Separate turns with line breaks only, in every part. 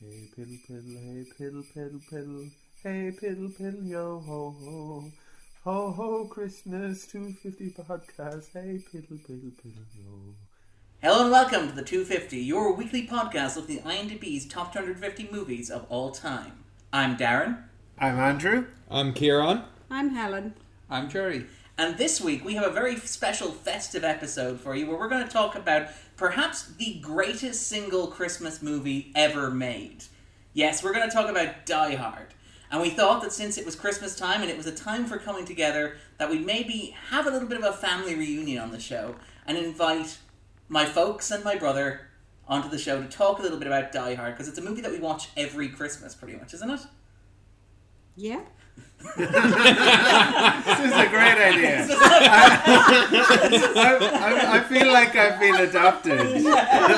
Hey piddle piddle, hey piddle piddle piddle, hey piddle piddle yo ho ho, ho ho Christmas 250 podcast. Hey piddle piddle piddle yo.
Hello and welcome to the 250, your weekly podcast looking at IMDb's top 250 movies of all time. I'm Darren,
I'm Andrew.
I'm Kieran.
I'm Helen.
I'm Jerry.
and this week we have a very special festive episode for you where we're going to talk about perhaps the greatest single Christmas movie ever made. Yes, we're going to talk about Die Hard. And we thought that since it was Christmas time and it was a time for coming together, that we'd maybe have a little bit of a family reunion on the show and invite my folks and my brother onto the show to talk a little bit about Die Hard because it's a movie that we watch every Christmas, pretty much, isn't it?
Yeah.
This is a great idea. I, I, I feel like I've been adopted.
Yeah,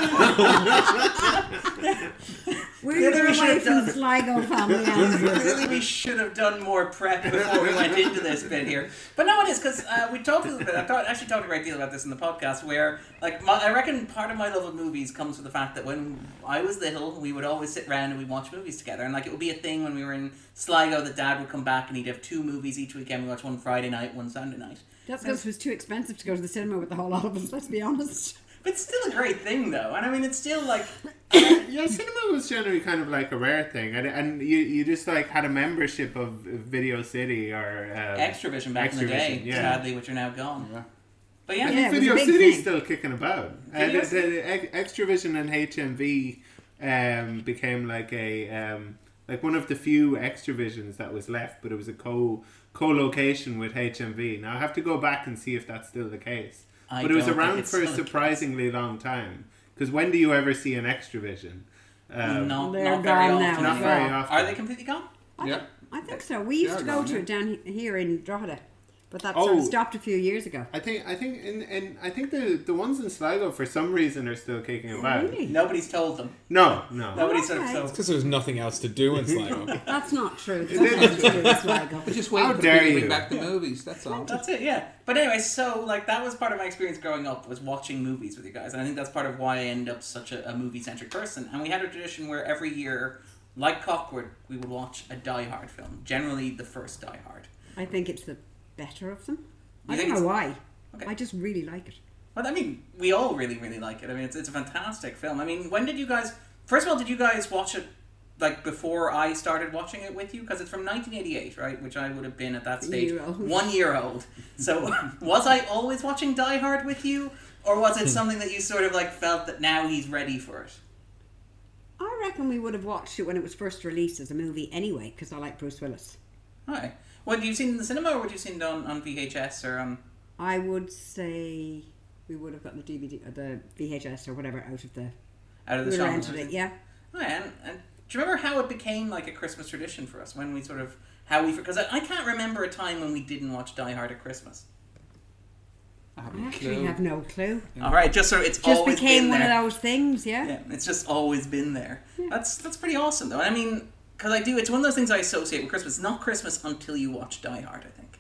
We're
they
your
should have
wife and
done-
Sligo family. Andrew.
Clearly, we should have done more prep before we went into this bit here. But no, it is because uh, we talked a little bit. I've talked, actually talked a great deal about this in the podcast. Where, like, my, I reckon part of my love of movies comes from the fact that when I was little, we would always sit around and we watch movies together. And like, it would be a thing when we were in Sligo that Dad would come back and he'd have two movies each weekend. We watch one Friday night, one Sunday night.
That's because it was too expensive to go to the cinema with the whole lot of us, let's be honest.
But it's still a great thing, though. And I mean, it's still like
Yeah, cinema was generally kind of like a rare thing, and, and you, you just like had a membership of Video City or um,
Extravision back in the
Extravision,
day,
yeah.
sadly, which are now gone.
Yeah.
But yeah,
I
Yeah, it
think
was a
Video
big
City's
thing.
still kicking about. Uh,
Video
the, the, the Ex- Extravision and HMV um, became like a um, like one of the few Extravisions that was left, but it was a co co location with HMV. Now I have to go back and see if that's still the case.
I
but it was
don't think
around
it's
for a
still the
surprisingly long time. Because when do you ever see an Extravision? Um,
not,
They're
not very often.
gone now
Not
as
anymore.
very
well.
often.
Are they completely gone?
I,
Yeah.
think, I think so. We used
Yeah,
to go
gone,
to
yeah.
it down he- here in Drogheda, but that
Oh.
sort of stopped a few years ago.
I think I think and, and I think the the ones in Sligo for some reason are still kicking about.
really?
Nobody's told them.
No, no.
Nobody's sort of
okay.
told
Because there's nothing else to do in Sligo.
That's not true. That's not true in Sligo.
We're just waiting
How
for
dare
people to
you.
bring back the movies. That's all.
That's it, yeah. But anyway, so like that was part of my experience growing up was watching movies with you guys, and I think that's part of why I end up such a, a movie centric person. And we had a tradition where every year, like Cockwood, we would watch a Die Hard film, generally the first Die Hard.
I think it's the better of them.
You
I
think
don't know why.
Okay.
I just really like it.
But I mean, we all really, really like it. I mean, it's, it's a fantastic film. I mean, when did you guys? First of all, did you guys watch it like before I started watching it with you? Because it's from 1988, right? Which I would have been at that stage
Year old.
one year old. So was I always watching Die Hard with you, or was it something that you sort of like felt that now he's ready for it?
I reckon we would have watched it when it was first released as a movie anyway, because I like Bruce Willis.
Right. What do you seen it in the cinema, or would you seen it on, on VHS or um, on?
I would say we would have gotten the DVD, or uh, the VHS, or whatever out of the.
Out of the
we
shop?
rented it, yeah.
Oh, yeah, and, and do you remember how it became like a Christmas tradition for us when we sort of how we because I, I can't remember a time when we didn't watch Die Hard at Christmas.
I haven't
I
a
actually
clue.
have no clue.
Yeah.
All right, just so it's
Just
always
became
been
one of
there.
those things, yeah.
Yeah, it's just always been there. That's that's pretty awesome though. I mean, because I do, it's one of those things I associate with Christmas. It's not Christmas until you watch Die Hard. I think.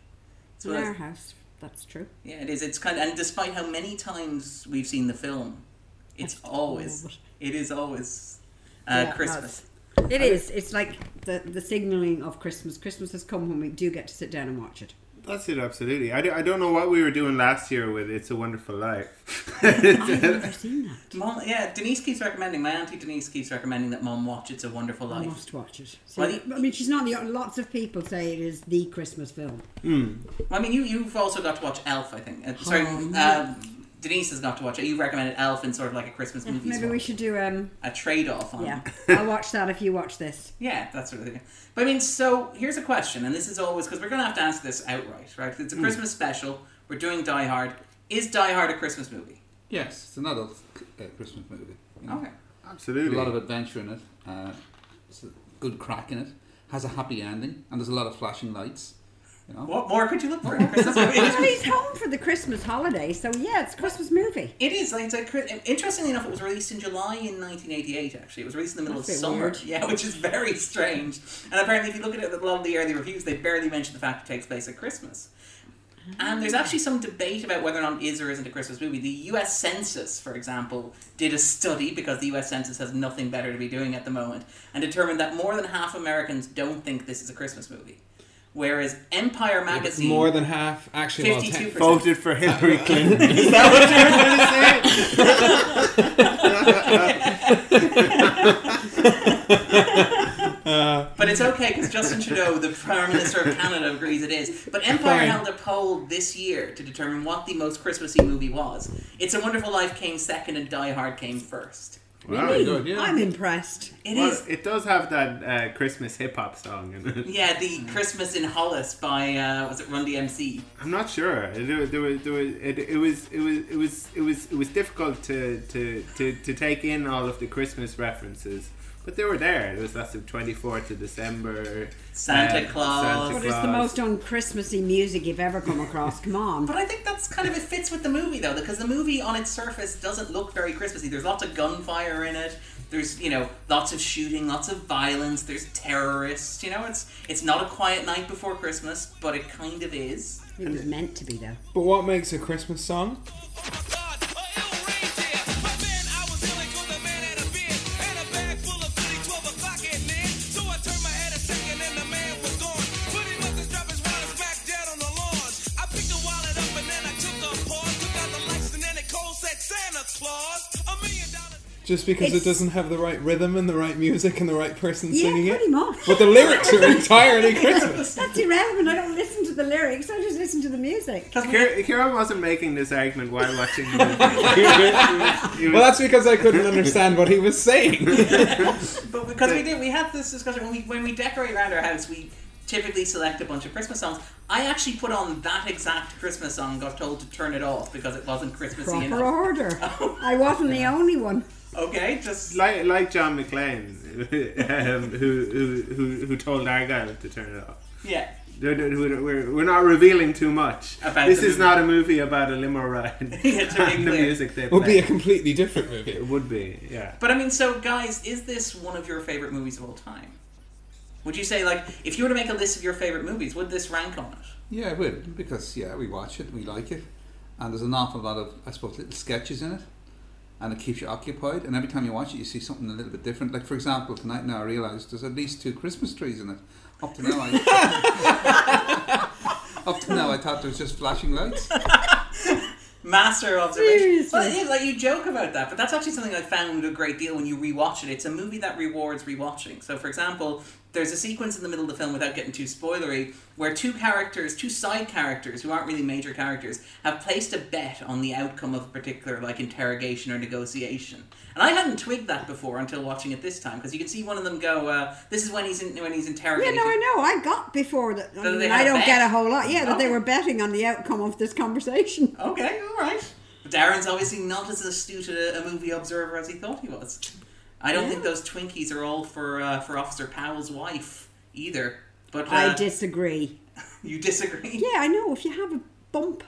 It's
In
one of
our
those-
house, that's true.
yeah, it is. It's kind of, and despite how many times we've seen the film, it's always it is always uh,
Yeah, no,
Christmas.
It is. It's like the the signalling of Christmas. Christmas has come when we do get to sit down and watch it.
That's it, absolutely. I, do, I don't know what we were doing last year with It's a Wonderful Life. It's-
I've never seen that.
Mom, yeah, Denise keeps recommending. My auntie Denise keeps recommending that Mom watch It's a Wonderful
I
Life.
must watch it. So,
Well, you-
I mean, she's not the. Lots of people say it is the Christmas film.
Well, I mean, you you've also got to watch Elf. I think. Uh, sorry,
Oh,
um, Denise has got to watch it. You recommended Elf in sort of like a Christmas movie.
Maybe we should do. um
a trade off on.
Yeah, I'll watch that if you watch this.
Yeah, that sort of thing. But I mean, so here's a question, and this is always because we're going to have to answer this outright, right? 'Cause It's a
Hmm.
Christmas special. We're doing Die Hard. Is Die Hard a Christmas movie?
Yes, it's another uh, Christmas movie. you know.
Okay.
absolutely.
There's a lot of adventure in it. Uh, it's a good crack in it. Has a happy ending, and there's a lot of flashing lights. You know.
What more could you look for in a Christmas movie?
Well, he's home for the Christmas holiday, so yeah, it's a Christmas movie.
It is like it's a, Chri- interestingly enough, it was released in July in 1988. Actually, it was released in the middle
That's
of
a bit
summer.
weird.
Yeah, which is very strange. And apparently, if you look at it, a lot of the early reviews, they barely mention the fact it takes place at Christmas. And
Ah.
there's actually some debate about whether or not it is or isn't a Christmas movie. The US Census, for example, did a study because the US Census has nothing better to be doing at the moment and determined that more than half Americans don't think this is a Christmas movie. Whereas Empire magazine
More than half. Actually, well, ten-
52%
Voted for Hillary Clinton. Is that what you were going to say?
But it's okay because Justin Trudeau, the Prime Minister of Canada, agrees it is. But Empire
Fine.
held a poll this year to determine what the most Christmassy movie was. It's a Wonderful Life came second and Die Hard came first.
Wow.
Very good, yeah.
I'm impressed.
It is,
Well, it does have that uh, Christmas hip hop song in it.
yeah, the Christmas in Hollis by uh, was it Run DMC?
I'm not sure. There, there was, there was, it, it was, it was, it was, it was, it was difficult to, to, to, to take in all of the Christmas references, but they were there. There was lots of 24th of December,
Santa
uh,
Claus.
Santa
What is the
Claus.
most un-Christmassy music you've ever come across? Come on.
But I think that's kind of it fits with the movie though, because the movie on its surface doesn't look very Christmassy. There's lots of gunfire in it. There's you know lots of shooting, lots of violence. There's terrorists. You know, it's it's not a quiet night before Christmas, but it kind of is.
It was meant to be though.
But what makes a Christmas song? Just because
It's-
it doesn't have the right rhythm and the right music and the lyrics and
Yeah,
singing
pretty
it.
much.
But the lyrics are entirely Christmas.
That's irrelevant. I don't listen to the lyrics. I just listen to the music.
Kira, Kira wasn't making this argument while watching the movie. He was- he was-
Well, that's because I couldn't understand what he was saying.
But because we did, we had this discussion when we when we decorate around our house, we typically select a bunch of Christmas songs. I actually put on that exact Christmas song, and got told to turn it off because it wasn't Christmassy
Proper
enough.
order. I wasn't the only one.
Okay, just
like like John McClane, um, who, who who who told Argyle to turn it off.
yeah.
No, no, We're, we're, we're not revealing too much.
About
this
the
is
movie.
not a movie about a limo ride.
Yeah, to be
and the
clear.
music they
It would be
play.
a completely different movie.
it would be, yeah.
But I mean, so guys, is this one of your favorite movies of all time? Would you say like if you were to make a list of your favorite movies, would this rank on it?
Yeah, it would because yeah, we watch it, we like it, and there's an awful lot of I suppose little sketches in it, and it keeps you occupied. And every time you watch it, you see something a little bit different. Like for example, tonight now I realised there's at least two Christmas trees in it. Up to now, I up to now I thought there was just flashing lights.
Master observation.
Seriously.
Well, it is like you joke about that, but that's actually something I found a great deal when you rewatch it. It's a movie that rewards rewatching. So, for example, there's a sequence in the middle of the film, without getting too spoilery, where two characters, two side characters who aren't really major characters, have placed a bet on the outcome of a particular like interrogation or negotiation. And I hadn't twigged that before until watching it this time because you can see one of them go, uh, "This is when he's in, when he's
Yeah,
interrogating."
no, I know. I got before that. I,
That
mean,
they had
I
a
don't
bet.
get a whole lot. Yeah, that they
Oh.
were betting on the outcome of this conversation.
Okay, all right. Darren's obviously not as astute a, a movie observer as he thought he was. I don't think those Twinkies are all for uh, for Officer Powell's wife either. But uh,
I disagree.
You disagree?
Yeah, I know. If you have a bump,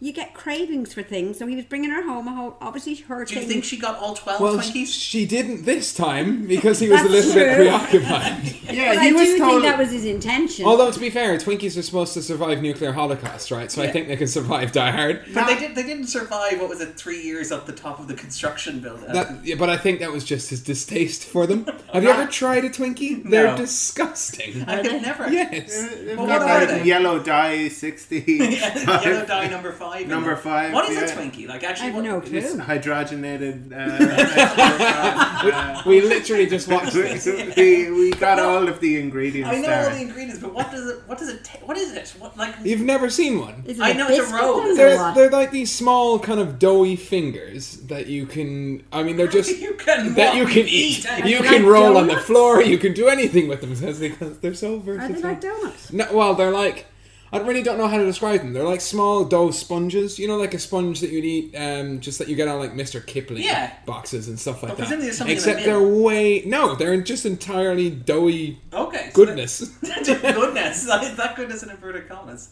you get cravings for things. So he was bringing her home. A whole, obviously, her
Do you
thing.
think she got all twelve
Well, sh-
Twinkies?
she didn't this time because he was a
That's
little bit
true.
preoccupied.
Yeah,
but I
he
do
was
think
told.
that was his intention.
Although to be fair, Twinkies are supposed to survive nuclear holocaust, right? So
Yeah.
I think they can survive Die Hard.
but they did. They didn't survive. What was it? Three years up the top of the construction building.
That, yeah, but I think that was just his distaste for them. Have you ever tried a Twinkie? They're
No.
disgusting.
I could never.
Yes.
They've
Well,
got
what are
that
they?
yellow dye sixty
Yellow dye number five. in
Number
there.
five,
What is a
yeah.
Twinkie? Like actually,
I have
what,
no clue.
It's hydrogenated. Uh,
We literally just watched this.
we, we got all of the ingredients
I know
there.
all the ingredients, but what does it? What does it? ta- what is it? What like?
You've never seen one.
Is it
I know it's a
biscuit
robe.
then or
They're,
what?
they're like these small kind of doughy fingers that you can. I mean, they're just
you can
that
walk-
you can eat.
I
You
Like
can roll on the
donuts?
floor. You can do anything with them because they- because they're so
Are
versatile.
they like donuts?
No, well, they're like I really don't know how to describe them. They're like small dough sponges. You know, like a sponge that you'd eat, um, just that you get on like Mr. Kipling
Yeah.
boxes and stuff like
But presumably there's
that.
something in the
Except they're
middle.
way no, they're just entirely doughy
Okay. so that-
goodness.
goodness. That, is that goodness in inverted commas.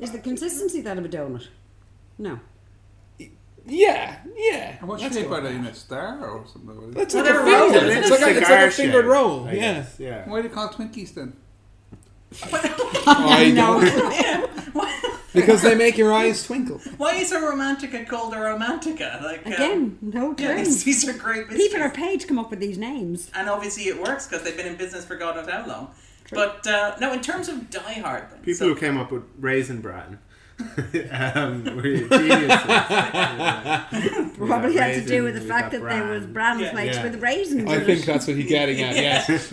Is the consistency that of a donut? No.
yeah, yeah.
And what's
that's
shape
what-
are they in a star or something?
That's
Well,
like a
they're rolled,
finger.
isn't
Oh, It's
it?
like a, it's like
cigar
a fingered
shape,
roll.
I
Yeah.
guess, yeah.
Why do you call it Twinkies then?
I don't.
What-
because they make your eyes twinkle.
Why is a romantica called a romantica? Like um,
Again, no
yeah,
clue.
these, these are great. Mysteries.
People are paid to come up with these names.
and obviously it works because they've been in business for God knows how long. But uh, no, in terms of Die Hard, then,
People
so-
who came up with Raisin Bran um, were geniuses.
Probably
Yeah,
had to do
raisin,
with the
we
fact
got
that there
bran.
was bran
Yeah.
flakes
Yeah.
with raisins.
I
in
think
it.
that's what he's getting at. Yes.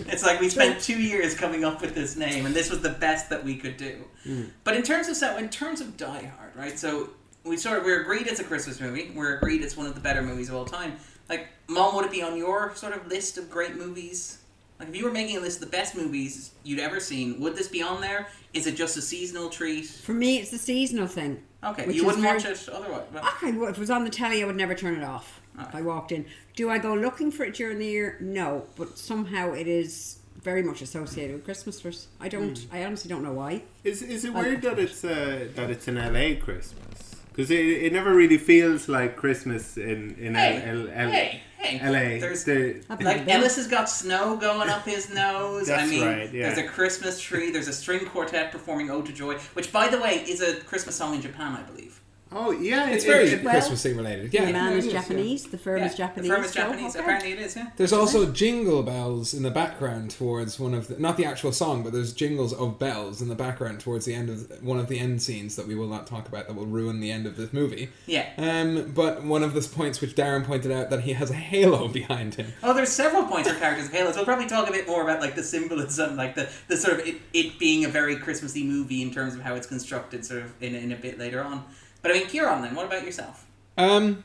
it's like we spent two years coming up with this name, and this was the best that we could do. But in terms of so, in terms of Die Hard, right? So we sort of we're agreed it's a Christmas movie. We're agreed it's one of the better movies of all time. Like, mom, would it be on your sort of list of great movies? Like, if you were making a list of the best movies you'd ever seen, would this be on there? Is it just a seasonal treat?
For me, it's the seasonal thing.
Okay,
Which
you
is
wouldn't
very-
watch it otherwise. but-
I, if it was on the telly, I would never turn it off
Oh.
if I walked in. Do I go looking for it during the year? No, but somehow it is very much associated with Christmas for us. I don't.
Hmm.
I honestly don't know why.
Is is it weird that it's uh, that it's an LA Christmas? Because it, it never really feels like Christmas in in
Hey,
L, L, L,
hey, hey.
LA.
There's-
The-
Like Ellis has got snow going up his nose. I
That's
mean,
right, yeah.
there's a Christmas tree. There's a string quartet performing "Ode to Joy," which, by the way, is a Christmas song in Japan, I believe.
oh yeah,
It's
it-
very
it-
well,
Christmassy related. Yeah.
the man
yeah,
is
it yeah.
Japanese. The firm
Yeah,
is Japanese.
The firm is
so,
Japanese.
okay.
Apparently, it is. Yeah.
There's also jingle bells in the background towards one of the, not the actual song, but there's jingles of bells in the background towards the end of one of the end scenes that we will not talk about that will ruin the end of this movie.
Yeah.
Um, but one of the points which Darren pointed out that he has a halo behind him.
Oh, there's several points for characters of Halo. So we'll probably talk a bit more about like the symbolism, like the, the sort of it, it being a very Christmassy movie in terms of how it's constructed, sort of in, in a bit later on. But I mean, Kieran, then what about yourself?
Um,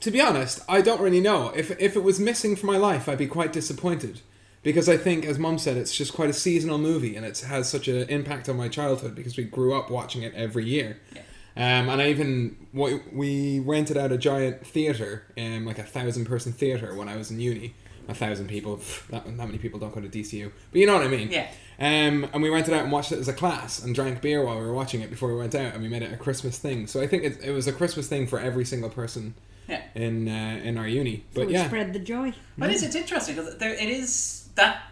to be honest, I don't really know. If if it was missing from my life, I'd be quite disappointed because I think, as Mum said, it's just quite a seasonal movie, and it has such an impact on my childhood because we grew up watching it every year. Um, and I even we, we rented out a giant theater, um, like a thousand person theater, when I was in uni. A thousand people. pff, That, that many people don't go to DCU, but you know what I mean.
Yeah.
Um, and we rented out and watched it as a class and drank beer while we were watching it before we went out, and we made it a Christmas thing. So I think it, it was a Christmas thing for every single person
Yeah.
in uh, in our uni.
So
But
we
yeah,
spread the joy.
But it's, it's interesting because there it is that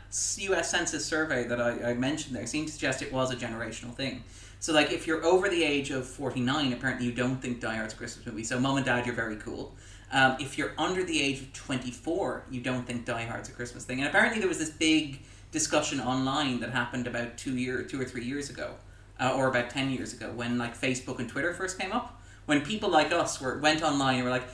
U.S. Census survey that I, I mentioned there seemed to suggest it was a generational thing. So like if you're over the age of 49, apparently you don't think Die Hard's a Christmas movie. So mom and dad, you're very cool. Um, if you're under the age of 24, you don't think Die Hard's a Christmas thing. And apparently there was this big discussion online that happened about two year, two or three years ago, uh, or about 10 years ago, when like Facebook and Twitter first came up. When people like us were went online and were like,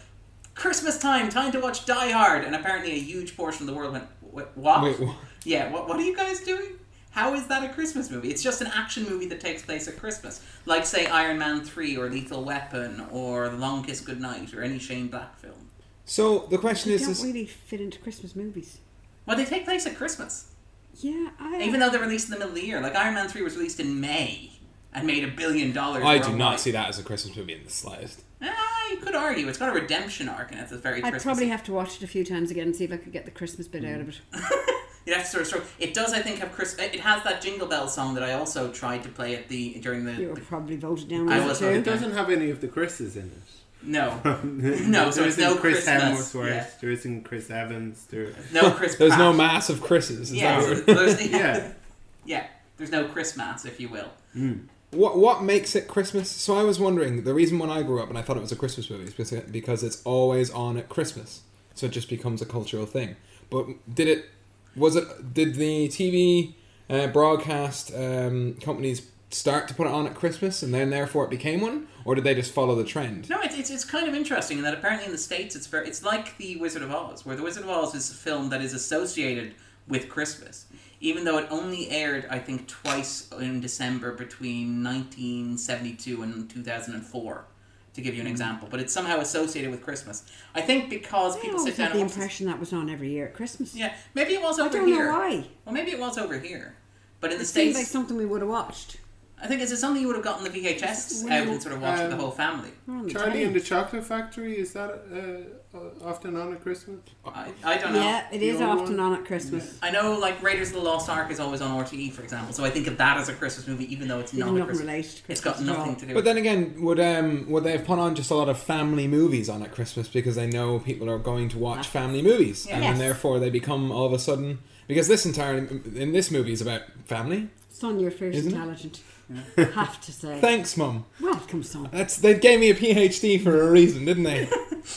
Christmas time, time to watch Die Hard, and apparently a huge portion of the world went, "Wh- "What?
Wait, what?
Yeah, what? What are you guys doing? How is that a Christmas movie? It's just an action movie that takes place at Christmas, like say Iron Man three or Lethal Weapon or The Long Kiss Goodnight or any Shane Black film.
so the question
They
is,
don't
is
really fit into Christmas movies.
Well, they take place at Christmas,
Yeah, I,
even though they're released in the middle of the year. Like Iron Man three was released in May and made a billion dollars.
I do
worldwide.
not see that as a Christmas movie in the slightest.
Ah, you could argue it's got a redemption arc and it's a very.
I'd
Christmas
probably have to watch it a few times again and see if I could get the Christmas bit out of it.
Mm.
You'd have to sort of stroke. It does, I think, have Chris. uh, It has that Jingle Bell song that I also tried to play at the during the.
You were probably voted down.
I
on it
was
too.
voted
it doesn't have any of the Chris's in it.
no,
no,
so it's no
Chris
Christmas,
Hemsworth.
yeah.
There isn't Chris Evans. There,
no Chris.
There's
Pratt.
no mass of Chris's. Is
Yeah,
that
so
what-
there's, yeah,
Yeah.
yeah. There's no Christmas, if you will.
What what makes it Christmas? So I was wondering the reason when I grew up and I thought it was a Christmas movie is because- because it's always on at Christmas, so it just becomes a cultural thing. But did it? Was it? Did the TV uh, broadcast um, companies start to put it on at Christmas and then therefore it became one, or did they just follow the trend?
No, it's, it's, it's kind of interesting in that apparently in the states it's very it's like the Wizard of Oz, where the Wizard of Oz is a film that is associated with Christmas, even though it only aired I think twice in December between 1972 and 2004, to give you an
Hmm.
example. But it's somehow associated with Christmas. I think because
I
people
always
sit down
had the
and watch this-
impression that was on every year at Christmas.
Yeah, maybe it was
I
over
don't
here.
know why.
Well, maybe it was over here, but in the
It seems
states,
like something we would have watched.
I think is it something you would have gotten the VHS out and sort of watched with the
um,
whole family.
We're on the
Charlie
telly.
and the Chocolate Factory is that uh, often on at Christmas?
I, I don't know.
Yeah, it
The
is
old
often
one?
on at Christmas.
I know, like Raiders of the Lost Ark is always on RTE, for example. So I think of that as a Christmas movie, even though it's not
Even
a
not
Christmas.
related to
it's got
Christmas at all.
nothing to do.
But
with
then again, would um would they have put on just a lot of family movies on at Christmas because they know people are going to watch family movies, and then
Yes.
therefore they become all of a sudden because this entire in this movie is about family,
Son, you're fierce
Isn't it?
intelligent. I have to say.
Thanks, Mum.
Welcome, son.
That's they gave me a PhD for a reason, didn't they?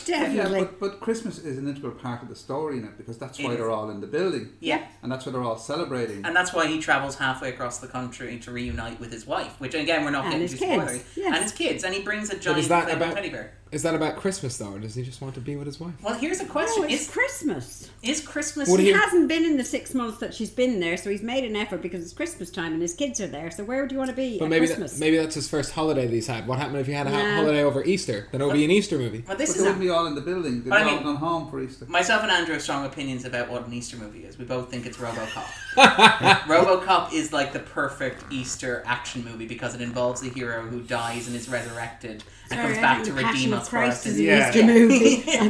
Yeah,
Definitely.
but, but Christmas is an integral part of the story in it because that's
It
why
is.
they're all in the building
Yeah.
and that's why they're all celebrating.
And that's why he travels halfway across the country to reunite with his wife, which again we're not
And
getting
his
too
kids,
spoilery.
yes.
And his kids, and he brings a
But
giant
is that
inflatable
about-
teddy bear.
Is that about Christmas though, or does he just want to be with his wife?
Well, here's a
Oh,
question:
it's
Is
Christmas.
is Christmas?
What do
He
you-
hasn't been in the six months that she's been there, so he's made an effort because it's Christmas time and his kids are there. So where do you want to be
But
at
maybe
Christmas?
that, maybe that's his first holiday that he's had. What happened if he had a ha-
Nah.
holiday over Easter? Then it'll be an Easter movie.
well,
but
this
they
is
wouldn't be all in the building. They'd
But I
all
mean-
gone home for Easter.
myself and Andrew have strong opinions about what an Easter movie is. We both think it's RoboCop. RoboCop is like the perfect Easter action movie because it involves a hero who dies and is resurrected and
Sorry,
comes
I
back
think
to
the
redeem
Passion
us
of
for
Christ
us.
is
in-
an
Yeah.
Easter movie.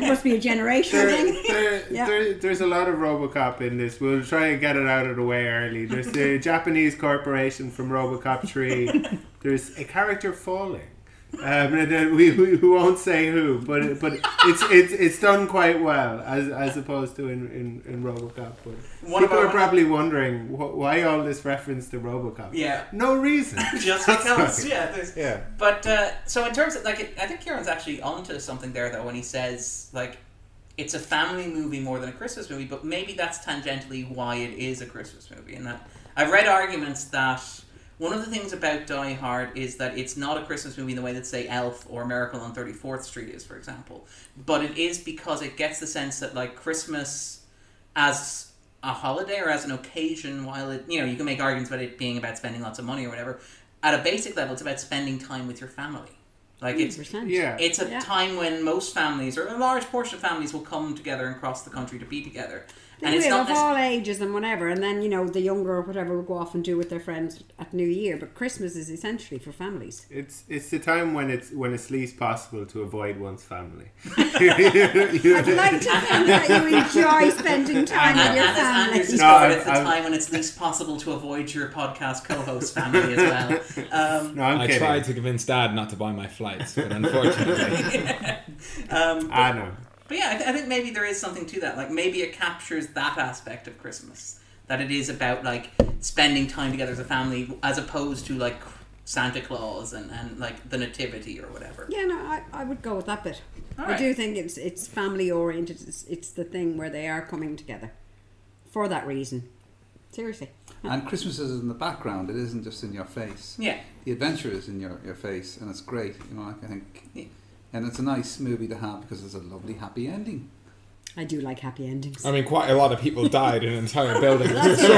It must be a generational
There,
thing.
there,
Yeah.
there, there's a lot of Robocop in this. We'll try and get it out of the way early. There's the Japanese corporation from Robocop 3. There's a character falling. Um, and then we, we we won't say who, but but it's it's it's done quite well as as opposed to in, in, in RoboCop. But
One of
people
our-
are probably wondering wh- why all this reference to RoboCop.
Yeah.
no reason.
Just
That's
because,
right.
yeah. There's,
Yeah.
But uh, so in terms of like, it, I think Kieran's actually onto something there though when he says like, it's a family movie more than a Christmas movie. But maybe that's tangentially why it is a Christmas movie. And that I've read arguments that one of the things about Die Hard is that it's not a Christmas movie in the way that say Elf or Miracle on Thirty Fourth Street is, for example. But it is because it gets the sense that like Christmas as a holiday or as an occasion while it you know you can make arguments about it being about spending lots of money or whatever at a basic level it's about spending time with your family like it's
100%.
Yeah.
it's a
Yeah.
time when most families or a large portion of families will come together and cross the country to be together
They
and it's
will,
not
of
necess-
all ages and whatever, and then you know the younger or whatever will go off and do with their friends at New Year. But Christmas is essentially for families.
It's it's the time when it's when it's least possible to avoid one's family. You-
I'd like to think that you enjoy spending time with
and,
your
and as
family.
Andrew
No,
described,
I've-
it's the
I've-
time when it's least possible to avoid your podcast co-host family as well. Um,
no, I'm
I
kidding.
tried to convince Dad not to buy my flights, but unfortunately,
I know.
But yeah, I, th- I think maybe there is something to that. Like maybe it captures that aspect of Christmas that it is about like spending time together as a family, as opposed to like Santa Claus and, and like the Nativity or whatever.
Yeah, no, I, I would go with that bit.
All
I
right.
do think it's it's family oriented. It's, it's the thing where they are coming together for that reason. Seriously,
And Christmas is in the background, it isn't just in your face.
Yeah,
The adventure is in your, your face and it's great, you know, like I think
Yeah.
and it's a nice movie to have because it's a lovely happy ending.
I do like happy endings.
I mean, quite a lot of people died in an entire building.
they still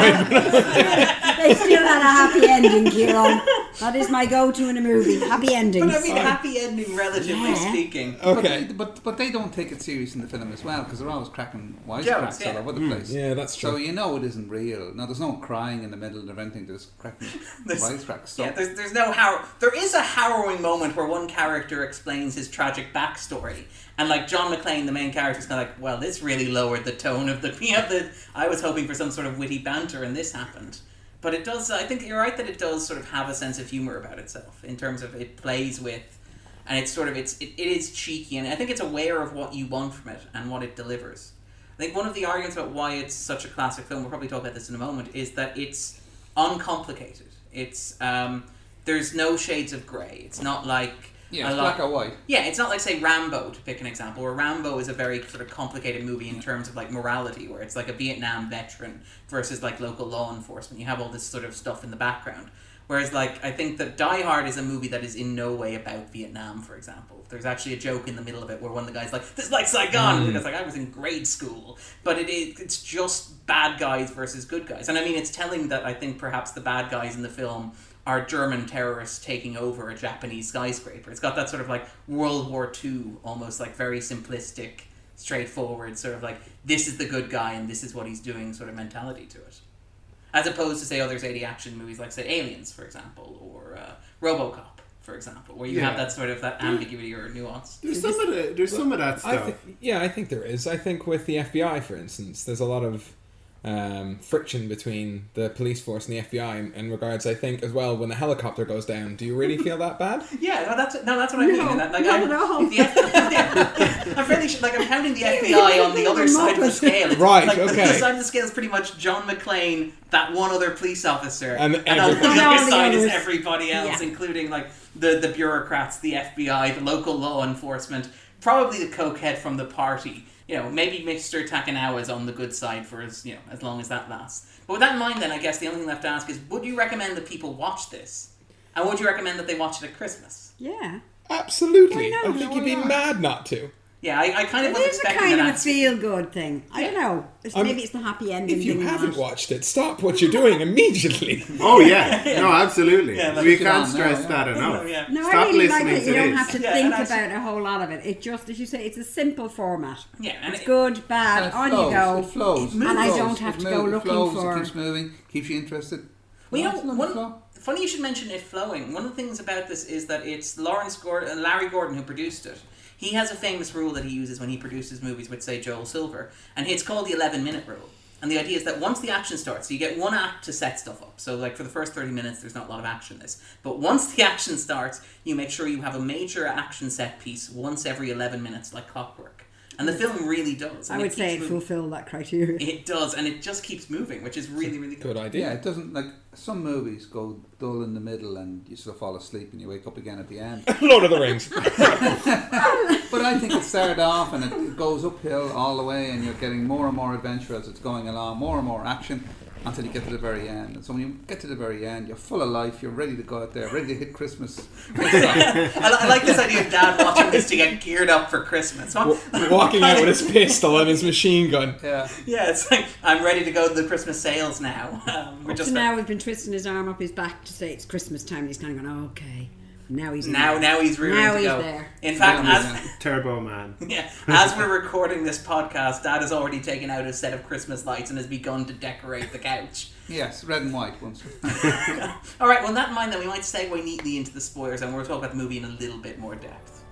had a happy ending, Kieran. That is my go-to in a movie. Happy endings.
but I mean, happy ending, relatively
Yeah. Oh,
speaking.
Okay.
But, but but they don't take it serious in the film as well because they're always cracking
Jokes,
wisecracks
yeah.
all over the place.
yeah, that's
So
true.
you know it isn't real. No, there's no crying in the middle of anything. There's cracking
There's-
wisecracks. So
Yeah, there's, there's no how. There is a harrowing moment where one character explains his tragic backstory, and like John McClane, the main character, is kind of like, "Well, this really lowered the tone of the you know, the I was hoping for some sort of witty banter, and this happened." But it does. I think you're right that it does sort of have a sense of humor about itself in terms of it plays with, and it's sort of it's it, it is cheeky, and I think it's aware of what you want from it and what it delivers. I think one of the arguments about why it's such a classic film, we'll probably talk about this in a moment, is that it's uncomplicated. It's um, there's no shades of grey. It's not like
yeah,
a
it's
lot-
black or white.
yeah, it's not like say Rambo to pick an example, where Rambo is a very sort of complicated movie in terms of like morality, where it's like a Vietnam veteran versus like local law enforcement. You have all this sort of stuff in the background. Whereas like I think that Die Hard is a movie that is in no way about Vietnam, for example. There's actually a joke in the middle of it where one of the guys is like, This is like Saigon and the guy's like, I was in grade school. But it is it's just bad guys versus good guys. And I mean it's telling that I think perhaps the bad guys in the film are German terrorists taking over a Japanese skyscraper. It's got that sort of like World War II, almost like very simplistic, straightforward sort of like this is the good guy and this is what he's doing sort of mentality to it, as opposed to say oh there's 80 action movies like say Aliens for example or uh, RoboCop for example where you have
Yeah.
that sort of that ambiguity or nuance.
There's some of the, there's some of that
I
stuff.
th- yeah, I think there is. I think with the FBI, for instance, there's a lot of um, friction between the police force and the FBI in, in regards, I think, as well, when the helicopter goes down. Do you really feel that bad?
Yeah, no, that's no, that's what I mean.
No,
and that, like,
not
I'm,
at all.
the F- I'm fairly sure, like I'm counting the FBI on the other side of the scale. It's
Right,
Like, The,
okay.
the side of the scale is pretty much John McClane, that one other police officer,
And
on the
everybody.
All
other
the
side is
others.
everybody else,
Yeah.
including like the the bureaucrats, the FBI, the local law enforcement, probably the cokehead from the party. You know, maybe Mr. Takanawa is on the good side for as you know as long as that lasts. But with that in mind, then I guess the only thing left to ask is: Would you recommend that people watch this? And would you recommend that they watch it at Christmas?
Yeah.
Absolutely.
Why
I
not?
think
Why
you'd be
not?
mad not to.
Yeah, I, I kind of
It
was
is a
expecting
kind of
that.
a feel good thing. I don't
Yeah.
know. It's,
I'm-
maybe it's the happy ending.
If you
thing and
haven't
all.
watched it, stop what you're doing immediately.
Oh yeah, no, absolutely.
Yeah,
we
that's-
can't
Yeah,
stress
yeah.
that enough.
Yeah.
No,
Stop
I really like
listening
that you
to
don't
this.
have to
Yeah, and
think
that's-
about a whole lot of it. It just, as you say, it's a simple format.
Yeah, and
it's
it-
good,
And
bad,
it
on
flows,
you go.
It flows.
And I
It
don't
flows,
have
it
to
moves,
go
it
looking
flows,
for.
It keeps moving, keeps you interested.
Well, you
No, it's
know,
not a
one,
flaw.
funny you should mention it flowing. One of the things about this is that it's Lawrence Gordon, Larry Gordon who produced it. He has a famous rule that he uses when he produces movies with, say, Joel Silver, and it's called the 11 minute rule. And the idea is that once the action starts, you get one act to set stuff up. So, like, for the first 30 minutes, there's not a lot of action in this. But once the action starts, you make sure you have a major action set piece once every 11 minutes, like clockwork. And the film really does.
I
and
would
it
say
keeps
it
moving.
fulfilled that criteria.
It does, and it just keeps moving, which is really, really good.
Good
Yeah,
idea.
it doesn't like some movies go dull in the middle and you sort of fall asleep and you wake up again at the end.
Lord of the Rings.
but I think it started off and it, it goes uphill all the way and you're getting more and more adventure as it's going along, more and more action until you get to the very end. And so when you get to the very end, you're full of life, you're ready to go out there, ready to hit Christmas.
I, li- I like this idea of dad watching this to get geared up for Christmas. Well,
Walking out with his pistol and his machine gun.
Yeah.
yeah, it's like I'm ready to go to the Christmas sales now. Um, we're
Up
just
to now, we've been twisting his arm up his back to say it's Christmas time. And he's kind of going, oh, okay. Now he's in.
now, now he's rearing
Now
to
he's
go.
there.
In fact,
Now he's
as
there.
Turbo Man.
yeah, as we're recording this podcast, dad has already taken out a set of Christmas lights and has begun to decorate the couch.
Yes, red and white once.
All right, well, in that in mind, then we might segue neatly into the spoilers, and we'll talk about the movie in a little bit more depth.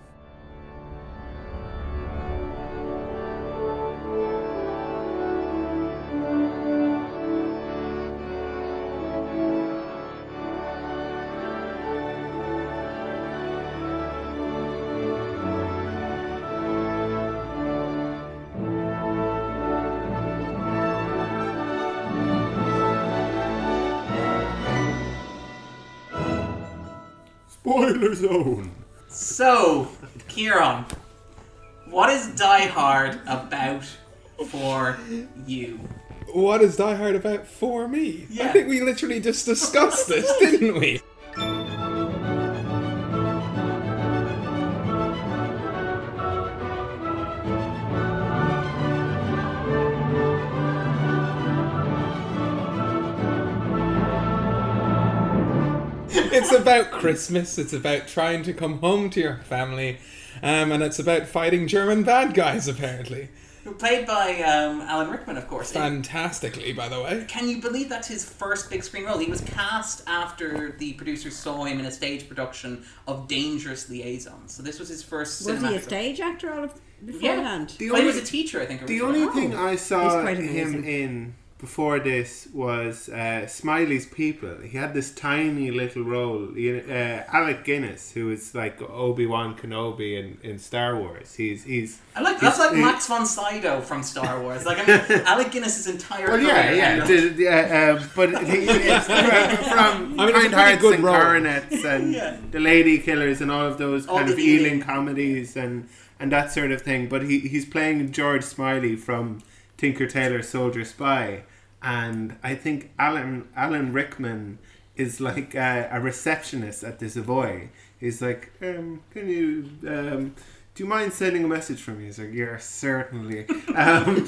Spoiler zone.
So, Kieran, what is Die Hard about for you?
What is Die Hard about for me? I
Yeah.
think we literally just discussed this, didn't we? It's about Christmas, it's about trying to come home to your family, um, and it's about fighting German bad guys, apparently.
Who played by um, Alan Rickman, of course.
Fantastically, by the way.
Can you believe that's his first big screen role? He was cast after the producers saw him in a stage production of Dangerous Liaisons. So this was his first.
Was he a
cinematic-
stage actor all of beforehand?
The
Well, he
only-
was a teacher, I think.
The
originally. Oh,
only thing I
He's
saw
quite
him
amazing.
in before this was uh, Smiley's People. He had this tiny little role. You know, Uh, Alec Guinness, who is like Obi Wan Kenobi in, in Star Wars. He's he's
I like that's
he's-
like
he-
Max von Sydow from Star Wars. Like I mean, Alec Guinness's entire
Well,
career.
yeah, yeah,
handled-
did- yeah, uh, but he, it's from, from
I mean, it's a pretty
Kind Hearts
good
and
role.
Coronets and
Yeah.
the Lady Killers and all of those
All
kind
the
of
Ealing.
Ealing comedies and and that sort of thing. But he, he's playing George Smiley from Tinker Tailor Soldier Spy, and I think Alan Alan Rickman is like a, a receptionist at the Savoy. He's like, um, can you? Um, do you mind sending a message for me? He's like, yeah, certainly. Um,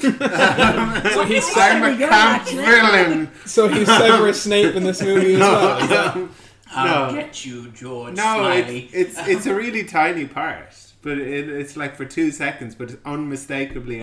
So he's
I'm a camp villain.
So he's Severus Snape in this movie as well. is that-
I'll
No.
get you, George
uh, No,
Smiley.
it's, it's it's a really tiny part, But it, it's like for two seconds, but it's unmistakably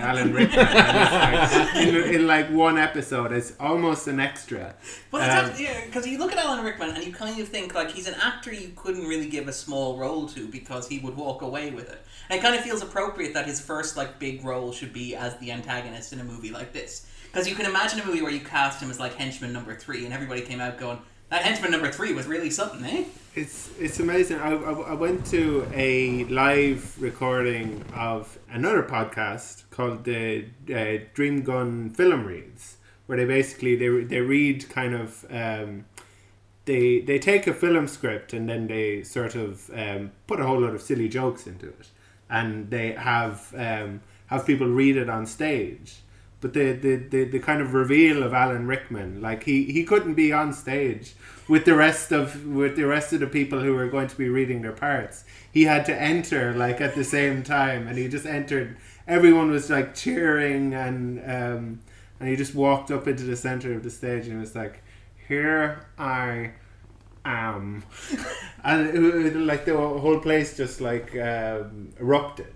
Alan Rickman. And it's like, in, in like one episode, it's almost an extra.
Well, it's
Um,
actually- yeah, because you look at Alan Rickman and you kind of think like he's an actor you couldn't really give a small role to because he would walk away with it. And it kind of feels appropriate that his first like big role should be as the antagonist in a movie like this. Because you can imagine a movie where you cast him as like henchman number three, and everybody came out going, "That henchman number three was really something, eh?"
It's it's amazing. I, I, I went to a live recording of another podcast called the uh, Dream Gun Film Reads, where they basically they they read kind of um, they they take a film script and then they sort of um, put a whole lot of silly jokes into it, and they have um, have people read it on stage. But the, the, the, the kind of reveal of Alan Rickman, like he, he couldn't be on stage with the rest of with the rest of the people who were going to be reading their parts. He had to enter like at the same time, and he just entered. Everyone was like cheering, and um, and he just walked up into the center of the stage and was like, "Here I am," and it, it- like the whole place just like um, erupted.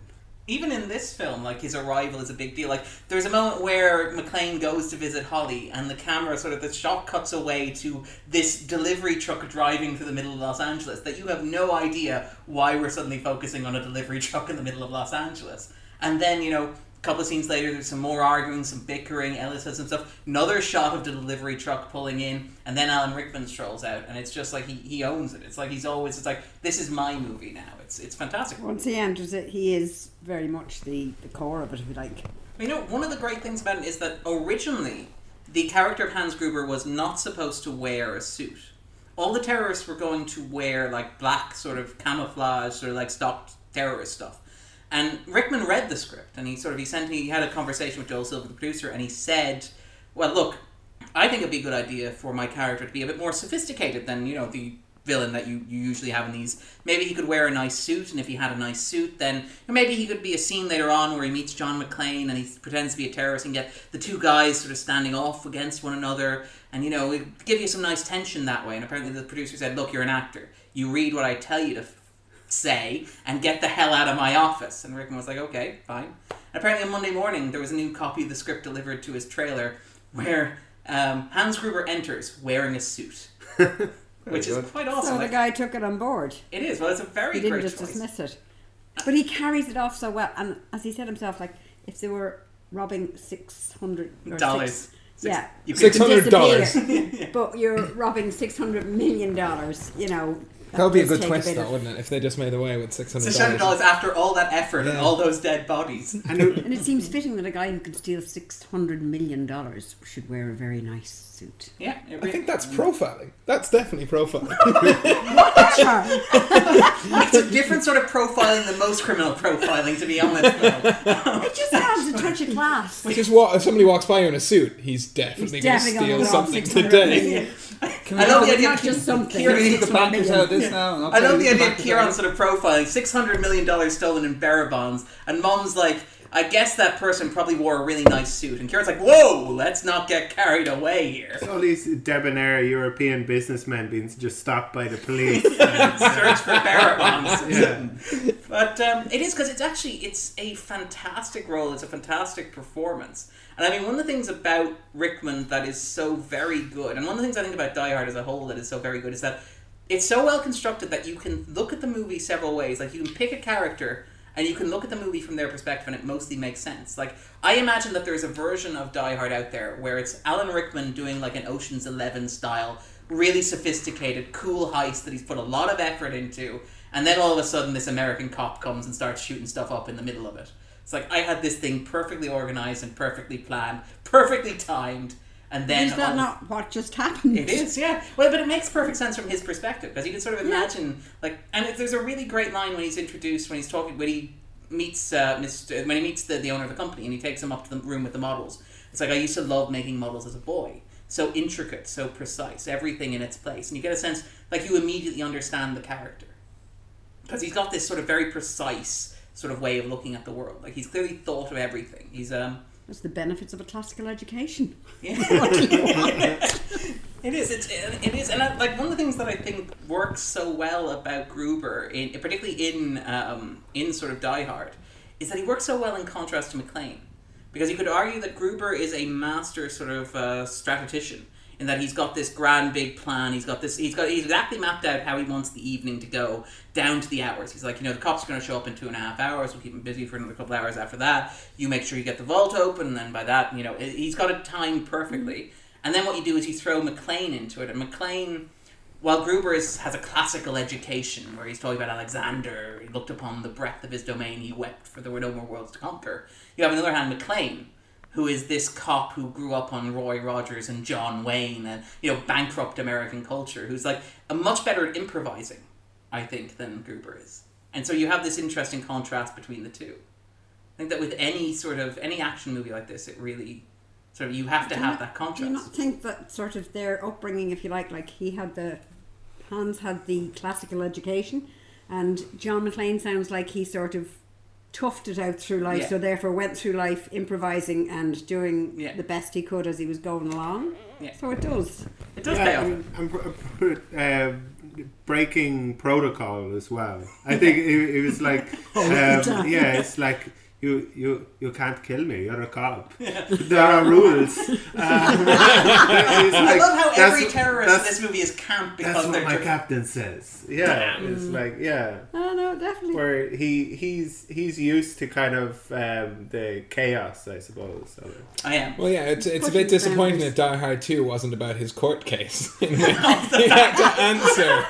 even in this film, like his arrival is a big deal. Like there's a moment where McLean goes to visit Holly, and the camera sort of the shot cuts away to this delivery truck driving through the middle of Los Angeles. That you have no idea why we're suddenly focusing on a delivery truck in the middle of Los Angeles. And then you know, a couple of scenes later, there's some more arguing, some bickering. Ellis has some stuff. Another shot of the delivery truck pulling in, and then Alan Rickman strolls out, and it's just like he, he owns it. It's like he's always it's like this is my movie now. It's it's fantastic.
Once he enters it, he is very much the, the core of it, if you like.
You know, one of the great things about it is that originally the character of Hans Gruber was not supposed to wear a suit. All the terrorists were going to wear like black sort of camouflage or like stock terrorist stuff. And Rickman read the script and he sort of he sent he had a conversation with Joel Silver, the producer, and he said, "Well, look, I think it'd be a good idea for my character to be a bit more sophisticated than you know the villain that you, you usually have in these. Maybe he could wear a nice suit, and if he had a nice suit, then maybe he could be a scene later on where he meets John McClane and he pretends to be a terrorist, and get the two guys sort of standing off against one another, and you know it'd give you some nice tension that way. And apparently the producer said, "Look, you're an actor. You read what I tell you to." f- Say and get the hell out of my office. And Rickman was like, okay, fine. And apparently, on Monday morning, there was a new copy of the script delivered to his trailer where um, Hans Gruber enters wearing a suit, which is
good.
quite awesome.
So the
Like,
guy took it on board.
it is. Well, it's a very
He didn't
great
just
choice.
dismiss it. But he carries it off so well. And as he said himself, like, if they were robbing 600 or
Dollars.
Six,
Six-
yeah.
you could-
Six hundred
$600.
but you're robbing six hundred million dollars. You know
That would be a
does
good
take
twist,
bit
though,
of-
wouldn't it? If they just made away with six
It's a
hundred
shame
dollars.
dollars after all that effort and
Yeah.
all those dead bodies.
And it,
And it seems fitting that a guy who can steal six hundred million dollars should wear a very nice suit.
Yeah, it
I
re-
think that's profiling. That's definitely profiling.
it's a different sort of profiling than most criminal profiling, to be honest. though.
It just adds a touch of class.
Which is what if somebody walks by you in a suit, he's definitely
He's
going to
definitely gonna
steal
rob
something
600
today.
million.
I love the idea
Not
of
just something.
Can
Kieran-
we leave the
Six hundred
bankers
million.
out of this now?
I love the idea of
bankers
Kieran
out.
sort of profiling six hundred million dollars stolen in bearer bonds, and Mom's like, "I guess that person probably wore a really nice suit," and Kieran's like, "Whoa, let's not get carried away here."
all these debonair European businessmen being just stopped by the police. And,
search for Barrett
yeah.
But um, it is because it's actually it's a fantastic role. It's a fantastic performance. And I mean, one of the things about Rickman that is so very good, and one of the things I think about Die Hard as a whole that is so very good is that it's so well constructed that you can look at the movie several ways. Like you can pick a character and you can look at the movie from their perspective, and it mostly makes sense. Like I imagine that there is a version of Die Hard out there where it's Alan Rickman doing like an Ocean's Eleven style, really sophisticated, cool heist that he's put a lot of effort into, and then all of a sudden this American cop comes and starts shooting stuff up in the middle of it. It's like I had this thing perfectly organized and perfectly planned, perfectly timed, and then
Is that
all-
not what just happened?
it is, yeah. Well, but it makes perfect sense from his perspective because you can sort of imagine, like, and it, there's a really great line when he's introduced when he's talking when he meets uh, Mr. when he meets the, the owner of the company and he takes him up to the room with the models. It's like I used to love making models as a boy. So intricate, so precise, everything in its place, and you get a sense like you immediately understand the character because he's got this sort of very precise sort of way of looking at the world. Like he's clearly thought of everything. He's um.
That's the benefits of a classical education.
Yeah. It is. It's it is, and I, like one of the things that I think works so well about Gruber, in particularly in um, in sort of Die Hard, is that he works so well in contrast to McLean, because you could argue that Gruber is a master sort of uh, strategician in that he's got this grand big plan. He's got this. He's got he's exactly mapped out how he wants the evening to go down to the hours. He's like, you know, the cops are going to show up in two and a half hours. We'll keep them busy for another couple hours after that. You make sure you get the vault open, and then by that, you know, he- he's got it timed perfectly. And then what you do is you throw McLean into it, and McLean. While Gruber is, has a classical education where he's talking about Alexander, he looked upon the breadth of his domain, he wept for there were no more worlds to conquer. You have, on the other hand, McLean, who is this cop who grew up on Roy Rogers and John Wayne and you know bankrupt American culture, who's like a much better at improvising, I think, than Gruber is. And so you have this interesting contrast between the two. I think that with any sort of any action movie like this, it really sort of you have to
Do you
have
not-
that
Do you not
contrast.
think that sort of their upbringing, if you like, like he had the Hans had the classical education, and John McLean sounds like he sort of toughed it out through life,
Yeah.
so therefore went through life improvising and doing
Yeah.
the best he could as he was going along.
Yeah.
So it does.
It does pay
Yeah,
off.
I'm, I'm pr- pr- uh, breaking protocol as well. I think it, it was like,
Oh,
um, yeah, it's like you you you can't kill me. You're a cop. There are rules. Um, it's
I
like,
love how
that's-
every terrorist in
that's-
this movie is camp because
That's what
they're
my
dr-
captain says. Yeah, it's
Mm.
like yeah,
Oh no, definitely.
where he he's he's used to kind of um, the chaos, I suppose. Of it.
I am.
Well, yeah, it's, it's a
Pushing
bit disappointing
boundaries.
that Die Hard 2 wasn't about his court case. he had to answer.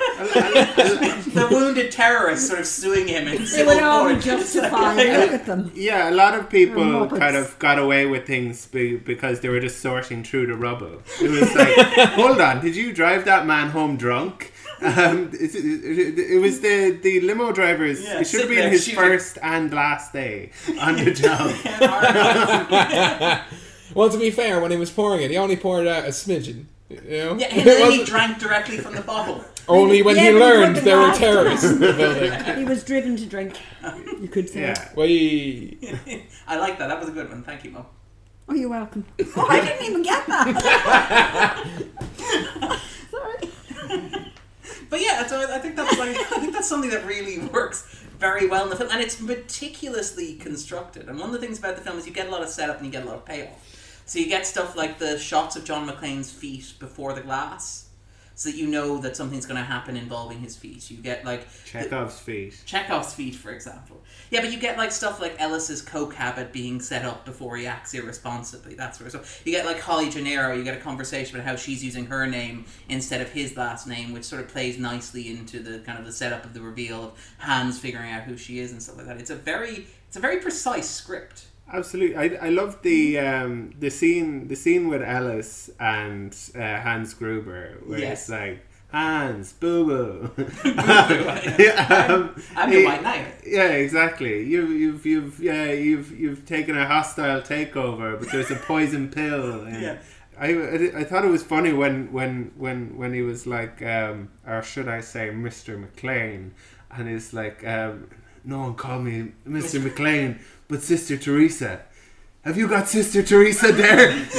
the wounded terrorist sort of suing him in
They
civil
would all be
court. It's like-
justified. Look at them.
Yeah, a lot of people
They're Muppets.
kind of got away with things be- because they were just sorting through the rubble. It was like, hold on, did you drive that man home drunk? Um, it, it, it was the, the limo driver's.
Yeah,
it should
sit
have
there,
been his
shoot it.
first and last day on the job.
Well, to be fair, when he was pouring it, he only poured out a smidgen. You know?
Yeah,
It
and then he
wasn't-
drank directly from the bottle.
only when
Yeah,
he
but he
learned
wouldn't
there were
have.
terrorists in the building.
He was driven to drink. You could say.
Yeah.
Wait.
I like that. That was a good one. Thank you, Mo.
Oh, you're welcome. Oh, I didn't even get that. Sorry.
But yeah, so I I think that's like, I think that's something that really works very well in the film, and it's meticulously constructed. And one of the things about the film is you get a lot of setup and you get a lot of payoff. So you get stuff like the shots of John McClane's feet before the glass, so that you know that something's going to happen involving his feet. You get like
Chekhov's feet.
Chekhov's feet, for example. Yeah, but you get like stuff like Ellis's coke habit being set up before he acts irresponsibly. That sort of stuff. You get like Holly Gennaro. You get a conversation about how she's using her name instead of his last name, which sort of plays nicely into the kind of the setup of the reveal of Hans figuring out who she is and stuff like that. It's a very it's a very precise script.
Absolutely, I, I love the um, the scene the scene with Ellis and uh, Hans Gruber where
Yes.
it's like Hans Um, Boo Boo.
I'm your white knight.
Yeah, exactly. You, you've you've yeah you've you've taken a hostile takeover, but there's a poison pill. And
Yeah.
I, I, I thought it was funny when when when when he was like, um, or should I say, Mister McLean, and he's like, um, no one called me Mister McLean, but Sister Teresa. Have you got Sister Teresa there?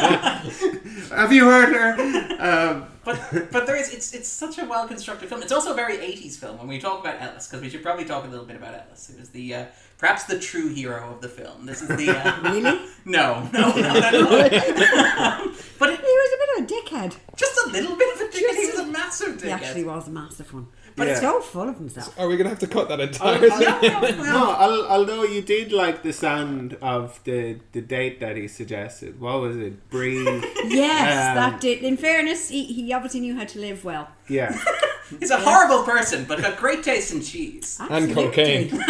Have you heard her? Um,
but but there is it's it's such a well constructed film. It's also a very '80s film when we talk about Ellis because we should probably talk a little bit about Ellis. It was the uh, perhaps the true hero of the film. This is the uh,
Really?
no no no no. but
He
it,
was a bit of a dickhead.
just a little bit of a dickhead. He was a massive
He actually
dickhead.
was a massive one.
But
But
Yeah.
so full of himself.
Are we going to have to cut
Oh,
that entire
I'll-
thing?
I'll- No, al- although you did like the sound of the the date that he suggested. What was it? Bree.
Yes,
Um,
that did. In fairness, he, he obviously knew how to live well.
yeah.
He's a horrible person, but got great taste in cheese.
And cocaine.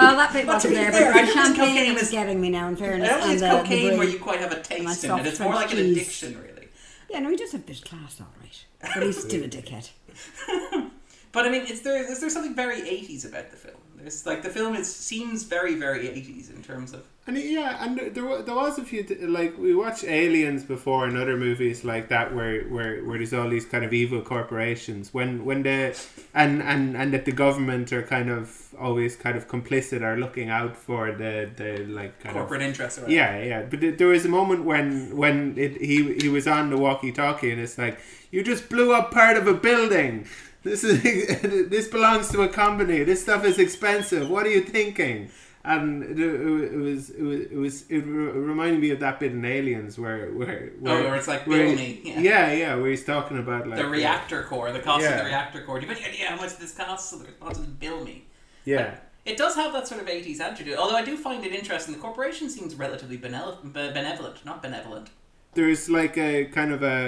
well, that bit
Well, to be
wasn't there,
fair, I
but
don't
the
think
champagne
cocaine
was
is-
getting me now, in fairness.
I don't think it's
and the- the
cocaine where
brie.
you quite have a
my
taste in
soft
it. It's more
French
like an
cheese.
addiction, really.
Yeah, no, he does have a bit of class, all right. But he's still a dickhead.
But I mean, is there is there something very '80s about the film? There's It's like the film is seems very very eighties in terms of
And it- yeah, and there- there wa- there was a few th- like we watched Aliens before and other movies like that where, where, where there's all these kind of evil corporations when when the and, and and that the government are kind of always kind of complicit are looking out for the the like kind of
corporate interests. Or whatever.
yeah, yeah, but th- there was a moment when when it, he he was on the walkie-talkie, and it's like you just blew up part of a building. This is this belongs to a company. This stuff is expensive. What are you thinking? And it, it was it was it was it re- reminded me of that bit in Aliens where where, where
Oh, where it's like,
where,
"Bill me," yeah.
yeah. yeah where he's talking about like uh,
The reactor core, the cost of the
Yeah.
reactor core. Do you have any idea how much this costs? So the response is bill me.
yeah
It does have that sort of 80s attitude, although I do find it interesting. The corporation seems relatively benevol- be- benevolent, not benevolent.
there's like a kind of a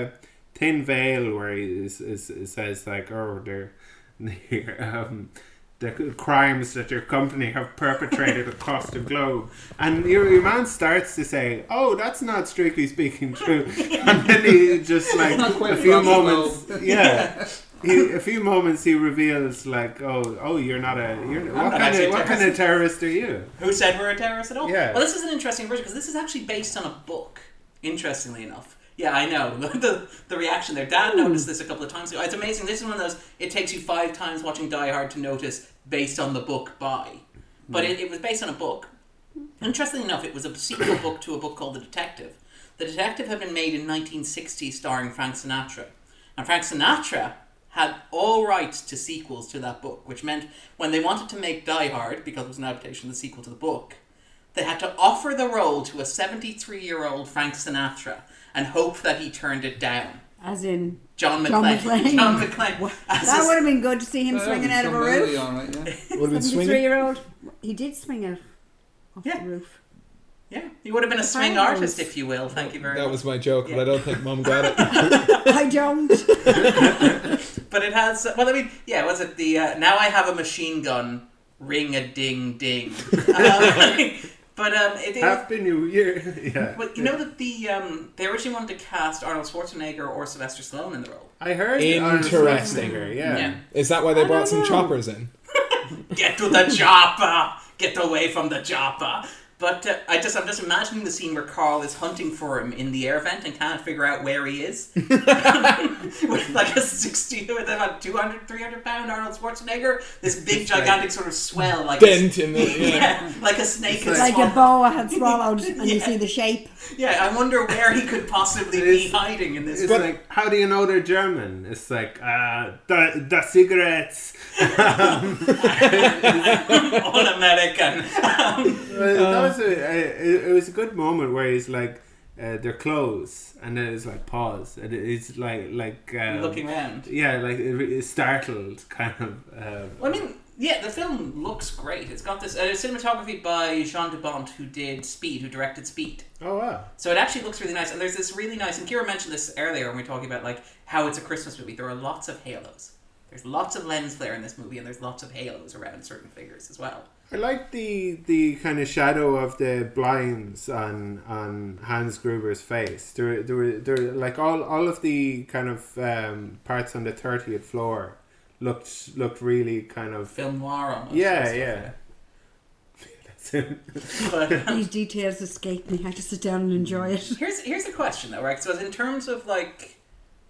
thin veil where he is, is, is says like oh they're, they're um the crimes that your company have perpetrated across the globe and your, your man starts to say oh that's not strictly speaking true and then he just like
Not quite
a few
across the
moments yeah he, a few moments he reveals like oh oh you're not a you're what
not
kind
actually a
of what kind of terrorist are you
Who said we're a terrorist at all?
Yeah.
Well, this is an interesting version because this is actually based on a book, interestingly enough. Yeah, I know. The, the reaction there. Dad noticed this a couple of times ago. It's amazing. This is one of those, it takes you five times watching Die Hard to notice based on the book by. But it, it was based on a book. Interestingly enough, it was a sequel book to a book called The Detective. The Detective had been made in 1960 starring Frank Sinatra. And Frank Sinatra had all rights to sequels to that book, which meant when they wanted to make Die Hard, because it was an adaptation of the sequel to the book, they had to offer the role to a 73 year old Frank Sinatra and hope that he turned it down.
As in,
John
John
McClane.
McClane.
John McClane. As
that
a-
would have been good to see him swinging out of a
Really
roof.
all right, yeah.
Would have been
Seventy-three
swinging.
year old. He did swing out off
Yeah.
the roof.
yeah, he would have been a swing
That
artist,
was-
if you will. Thank you very
That
much.
was my joke, but I don't think Mum got it.
I don't.
But it has. Well, I mean, yeah. Was it the uh, now I have a machine gun? Ring a ding ding. Um, but um, it is.
happy new year yeah
But you know that the um, they originally wanted to cast Arnold Schwarzenegger or Sylvester Stallone in the role.
I heard
Interesting.
yeah.
Is that why they brought some
know.
choppers in?
Get to the chopper! Get away from the chopper! But uh, I just I'm just imagining the scene where Carl is hunting for him in the air vent and can't figure out where he is. with like a 60 with about 200 300 pound Arnold Schwarzenegger, this big gigantic sort of swell like a-
Dent in the. Yeah.
yeah, like a snake has
like a
swallowed.
boa had swallowed, and you
Yeah.
see the shape.
Yeah, I wonder where he could possibly be
It's-
hiding in this.
It's like, how do you know they're German? It's like, uh, the, the cigarettes.
all American.
Uh, that was a, uh, it, it was a good moment where he's like, uh, they're clothes, and then it's like pause, and it- it's like like um,
Looking around.
Yeah, like it, it's startled kind of. Um,
Well, I mean, yeah, the film looks great. It's got this uh, cinematography by Jean de Bont, who did Speed, who directed Speed.
oh wow!
So it actually looks really nice. And there's this really nice, and Kira mentioned this earlier when we were talking about like how it's a Christmas movie. There are lots of halos. There's lots of lens flare in this movie, and there's lots of halos around certain figures as well.
I like the the kind of shadow of the blinds on on Hans Gruber's face. There, there, were- there, were- like all all of the kind of um, parts on the thirtieth floor looked looked really kind of
Film noir almost.
yeah yeah.
and
That's it.
stuff, yeah. But, um,
These details escape me. I just sit down and enjoy it.
here's here's a question though, right? So in terms of like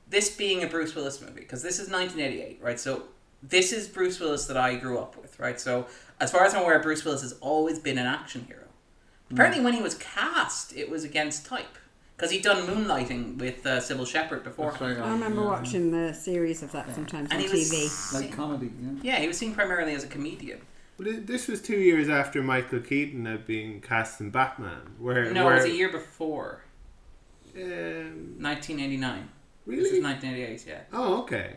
this being a Bruce Willis movie, because this is 1988, right? So this is Bruce Willis that I grew up with, right? So as far as I'm aware, Bruce Willis has always been an action hero. Apparently, when he was cast, it was against type because he'd done Moonlighting with uh, Sybil Shepherd before,
That's very
I remember watching the series of that sometimes
and he
on
was
TV.
Like
seen-
comedy, yeah.
yeah, he was seen primarily as a comedian.
But it- This was two years after Michael Keaton had been cast in Batman. Where
No,
where,
it was a year before
Um,
1989. This is
really?
1988, yeah.
Oh, okay.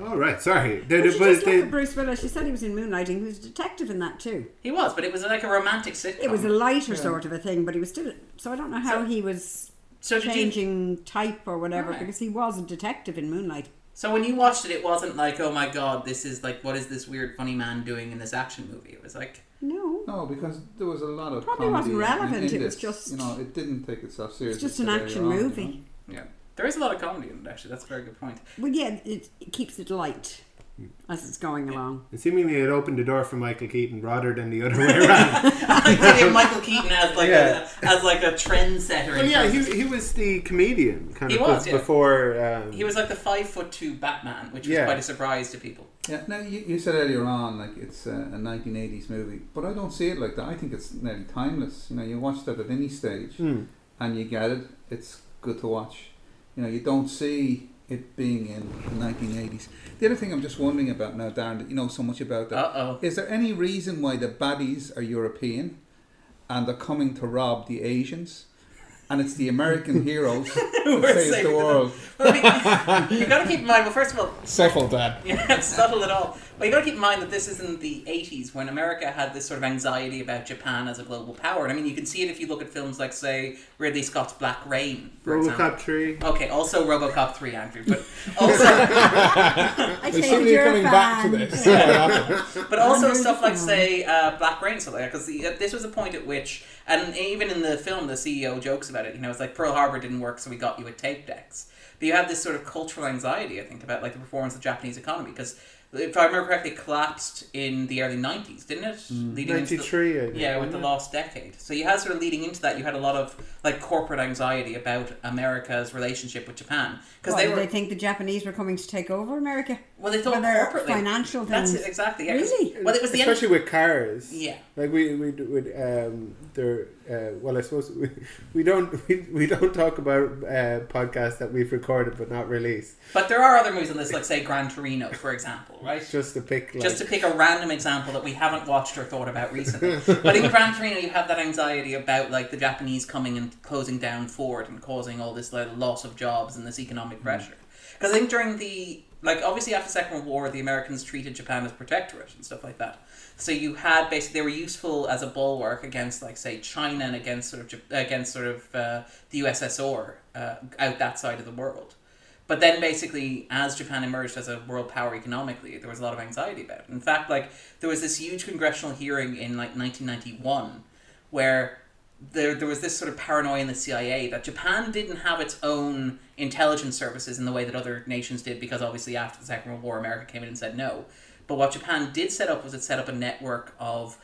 All right. Sorry. They,
But
they-
she just
they-
looked at Bruce Willis. She said he was in Moonlighting. He was a detective in that too.
He was, but it was like a romantic sitcom.
It was a lighter sort of a thing, but he was still. So I don't know how
Oh, So-
he was
so did you,
changing type or whatever
Right.
because he was a detective in Moonlight.
So when you watched it, it wasn't like, oh my god, this is like, what is this weird funny man doing in this action movie? It was like,
No,
No, because there was a lot of
Probably
comedy
wasn't relevant,
In, in
it was
this.
just-
you know it didn't take itself seriously.
it's just an
till later
action
on, you
movie.
know.
yeah, there is a lot of comedy in it actually. That's a very good point.
Well, yeah, it, it keeps it light. as it's going along.
And seemingly it opened the door for Michael Keaton rather than the other way around.
I think Michael Keaton as like
Yeah.
a as like a trendsetter.
well,
in
yeah, he,
prison.
he was the comedian kind
He
of
was,
was,
yeah.
before. Um,
he was like the five foot two Batman, which was
Yeah.
quite a surprise to people.
Yeah, now you, you said earlier on like it's a, a 1980s movie, but I don't see it like that. I think it's nearly timeless. You know, you watch that at any stage
Hmm.
and you get it. It's good to watch. You know, you don't see it being in the 1980s. The other thing I'm just wondering about now, Darren, that you know so much about that,
Uh oh.
is there any reason why the baddies are European and they're coming to rob the Asians? And it's the American heroes who
are
save
saving
the
them.
world.
you got to keep in mind. Well, first of all,
Settle, Dad.
yeah, subtle at all. But you got to keep in mind that this isn't the 80s when America had this sort of anxiety about Japan as a global power. And I mean, you can see it if you look at films like, say, Ridley Scott's Black Rain, for example.
Robocop 3.
Okay, also RoboCop 3, Andrew, but also,
I
There's something coming back to this. Yeah.
but also
Andrew's
stuff like,
wrong.
say, uh, Black Rain, something like that, because this was a point at which, and even in the film, the CEO jokes about it. You know, it's like Pearl Harbor didn't work, so we got you with tape decks. But you have this sort of cultural anxiety, I think, about like the performance of the Japanese economy, because if I remember correctly, it collapsed in the early '90s, didn't it? Leading into the-
93, I think.
Yeah, with the last decade. So you had sort of leading into that, you had a lot of like corporate anxiety about America's relationship with Japan because
Why,
they
did
were
they think the Japanese were coming to take over America?
well, they
For
thought
their
corporately
financial
That's
things.
it, exactly. Yeah, 'cause-
Really?
Well, it was the end.
Especially with cars.
Yeah.
Like we we would um there uh, well I suppose we, we don't we, we don't talk about uh, podcasts that we've recorded but not released.
But there are other movies on this, like say Gran Torino, for example, right?
Just to pick like
Just to pick a random example that we haven't watched or thought about recently. but in Gran Torino, you have that anxiety about like the Japanese coming and closing down Ford and causing all this like, loss of jobs and this economic pressure. Because I think during the like obviously after Second World War, the Americans treated Japan as protectorate and stuff like that. So you had basically they were useful as a bulwark against like say China and against sort of Jap- against sort of uh, the USSR uh, out that side of the world. But then basically, as Japan emerged as a world power economically, there was a lot of anxiety about it. In fact, like there was this huge congressional hearing in like 1991 where there, there was this sort of paranoia in the CIA that Japan didn't have its own intelligence services in the way that other nations did because obviously after the Second World War, America came in and said no. But what Japan did set up was it set up a network of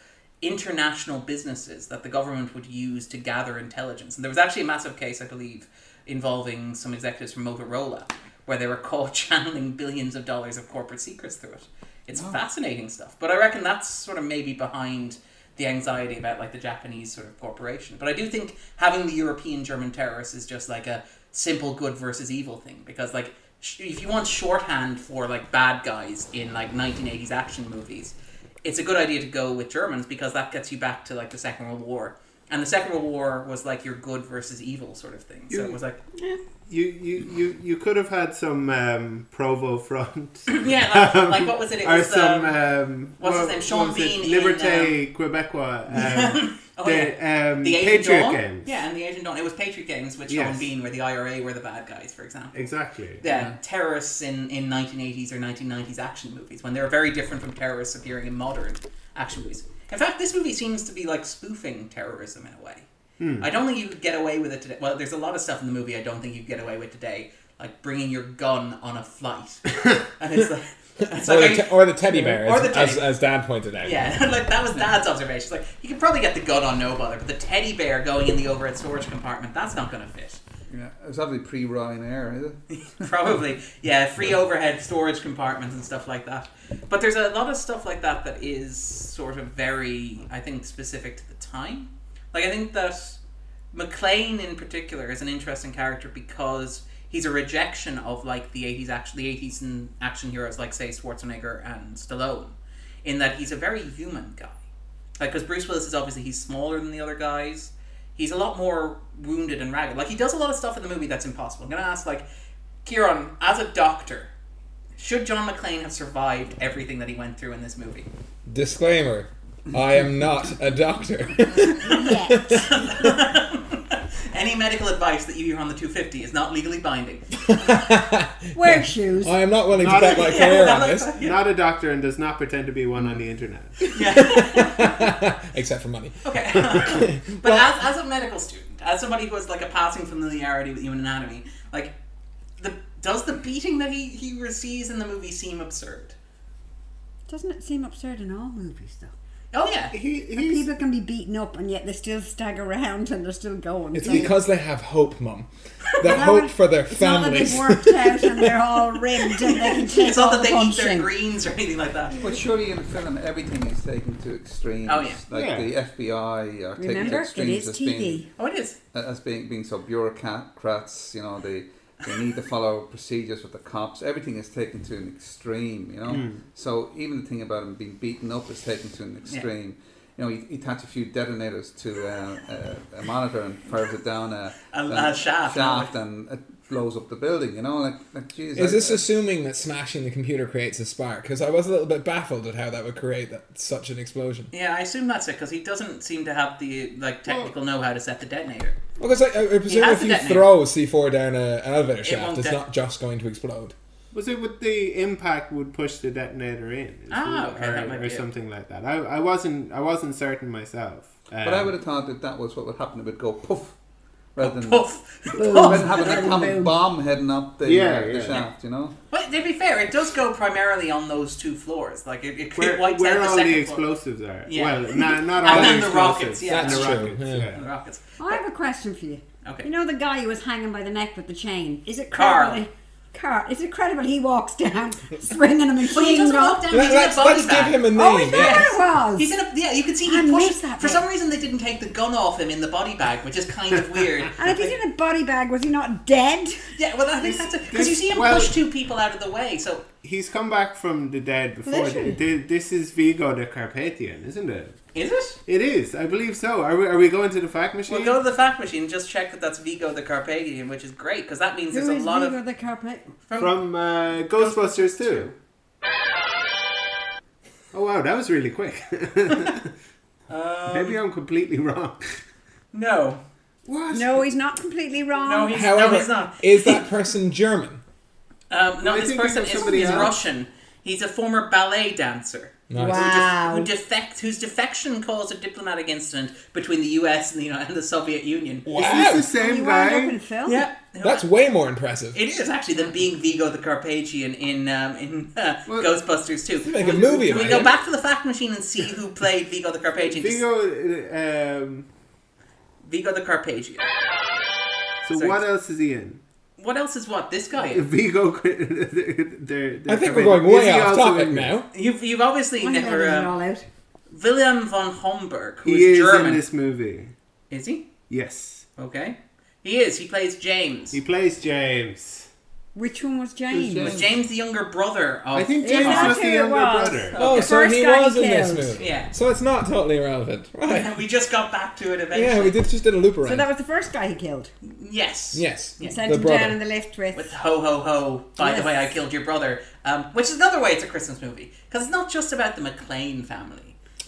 international businesses that the government would use to gather intelligence. And there was actually a massive case, I believe, involving some executives from Motorola where they were caught channeling billions of dollars of corporate secrets through it. It's fascinating stuff. But I reckon that's sort of maybe behind the anxiety about like the Japanese sort of corporation. But I do think having the European German terrorists is just like a simple good versus evil thing because like sh- if you want shorthand for like bad guys in like 1980s action movies, it's a good idea to go with Germans because that gets you back to like the Second World War. And the Second World War was like your good versus evil sort of thing. So it was like,
you, you you you could have had some um Provo front. Um,
yeah, like, like what was it? It
or
was
some
um,
um,
what's his
what-
name? Sean
what was it?
Bean in, um,
Liberté Quebecois um,
oh, yeah.
the, um,
the Asian
Patriot
Dawn.
Games
Yeah, and the Asian Dawn. It was Patriot Games, which
Yes.
Sean Bean were the IRA were the bad guys, for example.
exactly
Yeah, uh, terrorists in, in 1980s or 1990s action movies when they're very different from terrorists appearing in modern action movies. In fact, this movie seems to be like spoofing terrorism in a way. I don't think you could get away with it today. Well, there's a lot of stuff in the movie I don't think you could get away with today, like bringing your gun on a flight. and it's like, it's
Or,
like,
the
are
te-
you-
or the teddy bear,
Or
as,
the teddy-
as, as Dad pointed out.
yeah, like that was Dad's observation. It's like you can probably get the gun on no bother, but the teddy bear going in the overhead storage compartment that's not going to fit.
Yeah, it was probably pre Ryanair, is it?
Probably, yeah, free overhead storage compartments and stuff like that. But there's a lot of stuff like that that is sort of very, I think, specific to the time. Like, I think that McLean in particular is an interesting character because he's a rejection of, like, the 80s action, the 80s and action heroes, like, say, Schwarzenegger and Stallone, in that he's a very human guy. Like, because Bruce Willis is obviously, he's smaller than the other guys. He's a lot more wounded and ragged. Like, he does a lot of stuff in the movie that's impossible. I'm going to ask, like, Kieran, as a doctor, should John McClane have survived everything that he went through in this movie?
Disclaimer: I am not a doctor.
Any medical advice that you hear on the 250 is not legally binding.
Wear shoes.
I am not willing to
Not
bet
a-
my career on this,
not a doctor and does not pretend to be one on the internet
except for money.
Okay. but as, as a medical student, as somebody who has like a passing familiarity with human anatomy, like the does the beating that he, he receives in the movie seem absurd?
Doesn't it seem absurd in all movies though?
Oh yeah.
He,
That
he's,
people can be beaten up and yet they still stag around and they're still going.
It's
So
because they have hope, Mum. The
that
hope
would-
for their
it's not that
families.
they've worked out and they're all ribbed and they can take
It's not
all
that
the
they eat their
punching.
greens or anything like that.
But surely in a film, everything is taken to extremes.
Oh, yeah.
Like
Yeah.
the FBI are taken to
Remember, it
extremes
is
as
TV.
being, uh,
Oh, it is.
as being being so bureaucrats. You know, they they need to follow procedures with the cops. Everything is taken to an extreme. You know,
Hmm.
so even the thing about him being beaten up is taken to an extreme. You know, he, he attached a few detonators to uh, a, a monitor and fires it down a,
A-
down
a shaft.
shaft and it blows up the building. You know, like like geez,
Is
I-
this assuming that smashing the computer creates a spark? Because I was a little bit baffled at how that would create that, such an explosion.
Yeah, I assume that's it because he doesn't seem to have the like technical know-how to set the detonator.
Well, because I, I presume
has
if
the
you
detonator.
throw C4 down a, an elevator
won't
shaft, it's
de-
not just going to explode.
was it with the impact would push the detonator in? is
Ah,
it-
okay,
or,
that might
or
be it.
something like that. I, I wasn't I wasn't certain myself. Um,
But I would have thought that that was what would happen. It would go poof, rather than
Oh, Poof.
rather
Poof.
than having a common bomb heading up the,
Yeah,
the
yeah.
shaft. You know,
But to be fair, it does go primarily on those two floors. Like it, it,
where,
wipes
where
out the
all
second
the
floor.
explosives are.
Yeah.
Well, not, not
And
all
then
the
the
explosives.
rockets, yeah.
And
That's
the
true,
rockets,
yeah.
yeah.
The rockets.
I have a question for you.
Okay.
You know the guy who was hanging by the neck with the chain? Is it
Carl.
credible? Carl. Is it credible he walks down swinging a machine
But he doesn't
gun?
walk down. He's
Let,
in a
us
body
let's
bag.
give him a name.
Oh, is that
yeah.
what it was?
He's in a yeah. You can see he
I missed
pushed.
that
For
bit.
some reason, they didn't take the gun off him in the body bag, which is kind of weird.
and if he's in a body bag, was he not dead?
yeah, well, I think that's because
this-
you see him
well-
push two people out of the way. So
He's come back from the dead before.
Literally.
Th- This is Vigo the Carpathian, isn't it?
is it?
It is. I believe so. Are we, are we going to the fact machine?
We'll go to the fact machine and just check that that's Vigo the Carpathian, which is great because that means there's
Who
a
is
lot
Viggo
of
the carpet?
From uh, Ghostbusters 2. Oh wow, that was really quick. Maybe I'm completely wrong.
no,
What?
No, he's not completely wrong.
no, he's, no, he's
However,
not.
is that person German?
Um, no,
I
this
think we
person
know
is
somebody
he's
else.
Russian. He's a former ballet dancer.
Nice.
Wow.
Who, def- who defect, whose defection caused a diplomatic incident between the U.S. and the, you know, and the Soviet Union.
Is
Wow.
this the
And he
same
wound up
guy?
in film?
Yeah,
That's way more impressive.
It is actually them being Vigo the Carpathian in um, in uh,
Well,
Ghostbusters too.
Make a movie
Can we
about
go
it.
back to the fact machine and see who played Vigo the Carpathian? Vigo,
Vigo. Um,
Vigo the Carpathian.
so
Sorry.
what else is he in?
What else is what? This guy. is.
Vigo. they're,
I think we're going way off topic now.
You've you've obviously
Why did I
never.
leave it
Um,
all out?
William von Homburg, who is
He is
German,
in this movie.
is he?
Yes,
Okay, he is. He plays James.
he plays James.
Which one was James?
James.
was James the younger brother of?
I think
Is
James
that
was
who
the
it
younger
was?
brother.
Oh,
The
so
first
he
guy
was in this
killed.
movie.
Yeah.
So it's not totally irrelevant. Right.
we just got back to it eventually.
Yeah, we did just did a loop around.
So that was the first guy he killed.
Yes.
yes.
He sent
the
him
brother.
down in the lift with.
with ho ho ho by the
Yes.
way i killed your brother um, which is another way it's a christmas movie because it's not just about the mclean family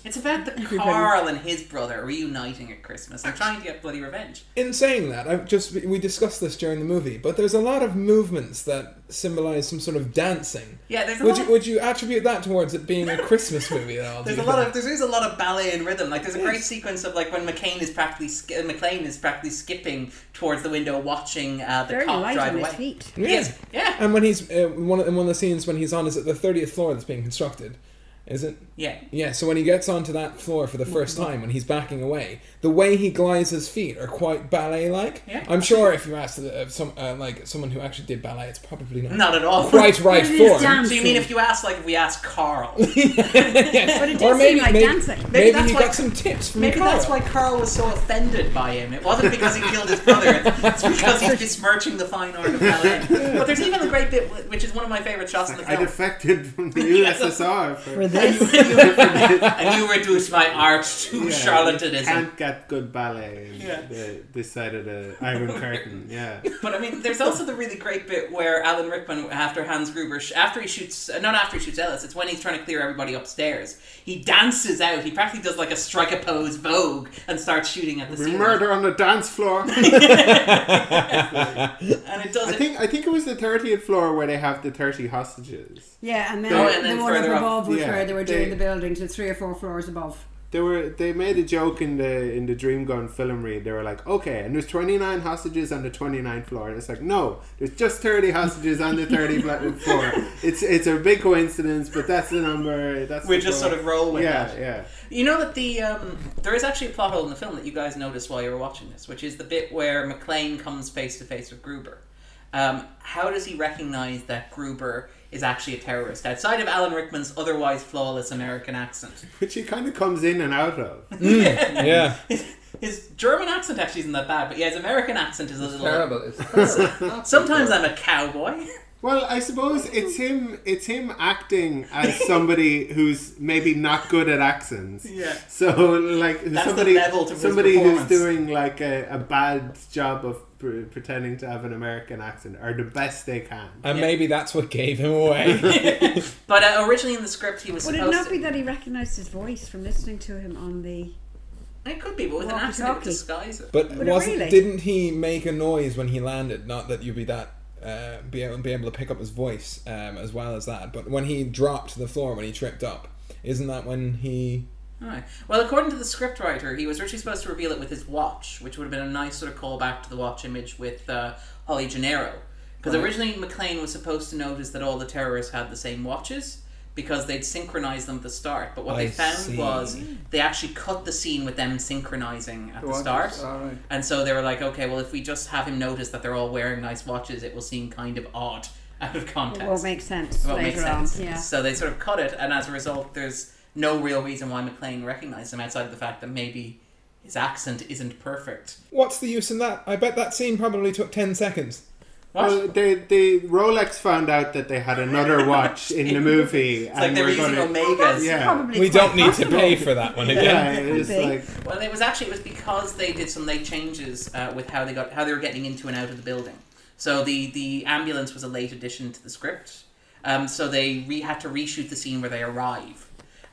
it's about the carl and his brother reuniting at christmas and trying to get bloody revenge
in saying that, I've just we discussed this during the movie, but there's a lot of movements that symbolize some sort of dancing.
Yeah, there's a
would
lot
you
of-
would you attribute that towards it being a Christmas movie at all? do
there's a
you
lot
think?
of there is a lot of ballet and rhythm like there's a great sequence of like when mccain is practically sk- uh, mclean is practically skipping towards the window watching uh, the
Very
cop
light
drive
on his
away
feet.
He is, yeah
And when he's uh, one of, in one of the scenes when he's on is it the thirtieth floor that's being constructed, is it?
yeah
Yeah. So when he gets onto that floor
Mm-hmm.
for the first time, when he's backing away, the way he glides his feet are quite ballet-like.
Yeah.
I'm sure if you asked uh, some uh, like someone who actually did ballet, it's probably not
not at all
quite right
It is
form.
dance.
so you mean if you ask like if we ask carl
But it
Or
does
maybe
seem like
maybe,
dancing.
maybe
that's
he
why-
got some tips from
Maybe
Clara.
that's why Carl was so offended by him. It wasn't because he killed his brother. It's because he's besmirching the fine art of ballet. But there's even a great bit, wh- which is one of my favorite shots in the
I
film.
defected from the USSR for,
For this.
and you reduce my art to
Yeah,
charlatanism.
Can't get good ballet in
Yeah.
the, this side of the Iron Curtain. Yeah.
But I mean, there's also the really great bit where Alan Rickman, after Hans Gruber, sh- after he shoots, uh, not after he shoots Ellis, it's when he's trying to clear everybody upstairs. He dances out. He practically does like a strike a pose Vogue and starts shooting at the
The
ceiling.
murder on the dance floor.
And it does
I
it.
think I think it was the thirtieth floor where they have the thirty hostages.
Yeah, and then,
Oh, and then
the one up
further up.
above was
Yeah,
where they were doing
they-
the building to three or four floors above.
They were they made a joke in the in the Dream Gun film read. They were like, okay, and there's 29 hostages on the 29th floor. And it's like, no, there's just 30 hostages on the 30th fla- floor. It's it's a big coincidence, but that's the number. That's
We
the
just
goal.
sort of roll with
yeah,
that.
yeah.
You know that the um, there is actually a plot hole in the film that you guys noticed while you were watching this, which is the bit where McLean comes face to face with Gruber. Um, how does he recognize that Gruber is actually a terrorist outside of Alan Rickman's otherwise flawless American accent?
Which he kind of comes in and out of.
Yeah.
His German accent actually isn't that bad, but yeah, his American accent is a little.
Terrible. It's terrible.
Sometimes I'm a cowboy.
Well, I suppose it's him. It's him acting as somebody who's maybe not good at accents.
Yeah.
So like
the
somebody,
level to his
somebody who's
performance.
doing like a, a bad job of pre- pretending to have an American accent or the best they can.
And
Yeah.
maybe that's what gave him away.
But uh, originally in the script, he was
Would it
supposed
not
to.
be that he recognised his voice from listening to him on the?
It could be, but with an accent, it would
Walkie-talkie.
disguise it.
But
Would it
wasn't
really?
didn't he make a noise when he landed? Not that you'd be that uh, be able, be able to pick up his voice um, as well as that. But when he dropped to the floor, when he tripped up, isn't that when he?
Alright. Well, according to the scriptwriter, he was originally supposed to reveal it with his watch, which would have been a nice sort of callback to the watch image with uh, Holly Gennaro. Because originally McLean was supposed to notice that all the terrorists had the same watches because they'd synchronized them at the start. But what
I
they found
see.
was they actually cut the scene with them synchronizing at the,
watches,
start.
alright.
And so they were like, okay, well, if we just have him notice that they're all wearing nice watches, it will seem kind of odd out of context.
It will make sense
Well, it
later
makes sense.
on. Yeah.
So they sort of cut it, and as a result, there's no real reason why McLean recognised him outside of the fact that maybe his accent isn't perfect.
What's the use in that? I bet that scene probably took ten seconds.
What?
Well, they, they Rolex found out that they had another watch in the movie,
it's like they're
we're
using
gonna-
omegas.
Yeah.
Probably
We
quite
don't need to
possible.
pay for that one
Yeah,
again.
it's
Could be.
like
Well, it was actually it was because they did some late changes uh, with how they got how they were getting into and out of the building. So the the ambulance was a late addition to the script. Um, so they re- had to reshoot the scene where they arrive.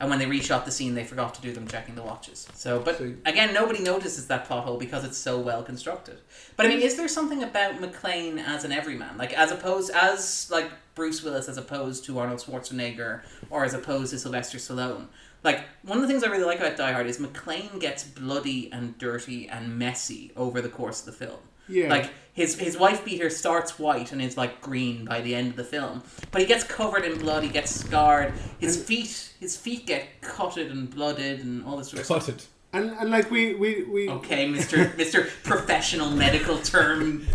And when they reshot the scene, they forgot to do them checking the watches. So, but
See.
again, nobody notices that plot hole because it's so well constructed. But I mean, is there something about McLean as an everyman, like as opposed as like Bruce Willis as opposed to Arnold Schwarzenegger or as opposed to Sylvester Stallone? Like one of the things I really like about Die Hard is McLean gets bloody and dirty and messy over the course of the film.
Yeah.
Like his his wife beater starts white and is like green by the end of the film, but he gets covered in blood. He gets scarred. His feet his feet get cutted and blooded and all this sort of stuff.
Cut it.
and, and like we we we
Okay, Mister Mister Professional Medical Term.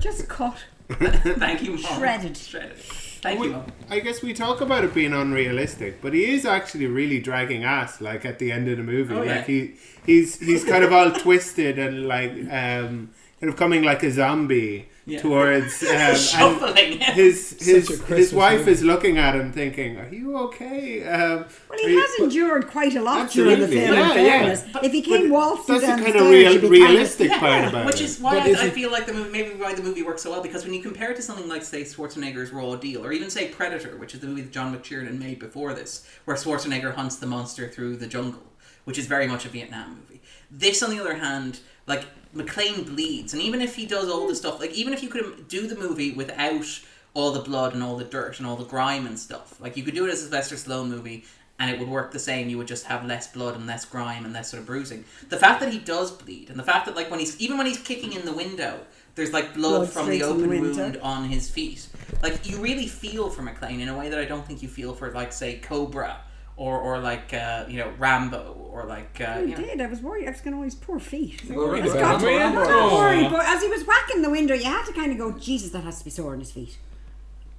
Just cut.
Thank you, Mom.
Shredded.
Shredded. Thank
We-
you, Mom.
I guess we talk about it being unrealistic, but he is actually really dragging ass. Like at the end of the movie,
Oh, yeah.
like he he's he's kind of all twisted and like um, kind of coming like a zombie
Yeah.
towards. Um, and
Shuffling.
his his
a Christmas
his wife
movie.
is looking at him, thinking, "Are you okay?" Um,
Well,
are
he
you-
has endured quite a lot during the
Absolutely.
film.
Yeah,
in
yeah.
fairness,
But-
if he
but
came waltzing
that's the
down
kind of
stairs,
real-
he'd be
realistic
kind of,
part about
Which
it.
is why
But
I,
is
I
it-
feel like the movie, maybe why the movie works so well because when you compare it to something like say Schwarzenegger's Raw Deal or even say Predator, which is the movie that John McTiernan made before this, where Schwarzenegger hunts the monster through the jungle, which is very much a Vietnam movie. This, on the other hand, like McLean bleeds, and even if he does all the stuff, like even if you could do the movie without all the blood and all the dirt and all the grime and stuff, like you could do it as a Sylvester Stallone movie. And it would work the same. You would just have less blood and less grime and less sort of bruising. The fact that he does bleed, and the fact that like when he's even when he's kicking in the window, there's like blood blood
Blood
from the
streaks in the
open
winter.
wound on his feet. Like you really feel for McLean in a way that I don't think you feel for like say Cobra or or like uh, you know Rambo or like uh,
I
you know,
did. I was worried. I was going to always poor feet.
Well, right,
It's
right,
got to
right.
I'm not
Rambo.
worried, but as he was whacking the window, you had to kind of go, Jesus, that has to be sore on his feet.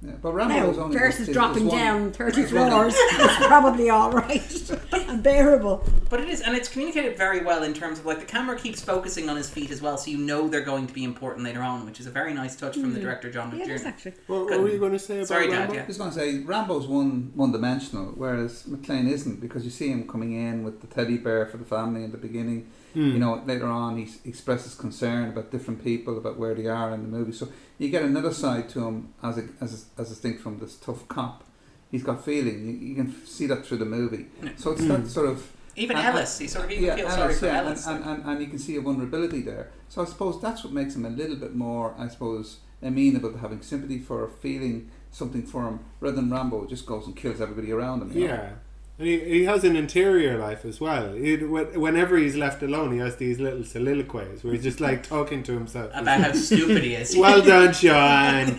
Yeah, but Rambo
Now,
was only
versus
was
dropping
one-
down 30
was one-
floors, it's probably all right. Unbearable.
But it is, and it's communicated very well in terms of like the camera keeps focusing on his feet as well, so you know they're going to be important later on, which is a very nice touch from the director John
Yeah, that's
McTiernan.
actually.
What, what were you going to say about
Sorry, Dad,
Rambo?
yeah.
I was going to say Rambo's one one dimensional, whereas McLean isn't because you see him coming in with the teddy bear for the family in the beginning. You know, later on he s- expresses concern about different people, about where they are in the movie. So you get another side to him as a, as a, as distinct from this tough cop. He's got feeling. You, you can see that through the movie. So it's that sort of
Even
And-
Ellis, he sort of even
yeah,
feels
and
sorry
it's-
for
yeah, and-
Ellis.
And, and, and you can see a vulnerability there. So I suppose that's what makes him a little bit more, I suppose, amenable to having sympathy for or feeling something for him, rather than Rambo who just goes and kills everybody around him. you know?
Yeah. And he, he has an interior life as well. He, wh- whenever he's left alone, he has these little soliloquies where he's just like talking to himself.
about how stupid he is.
well done, John.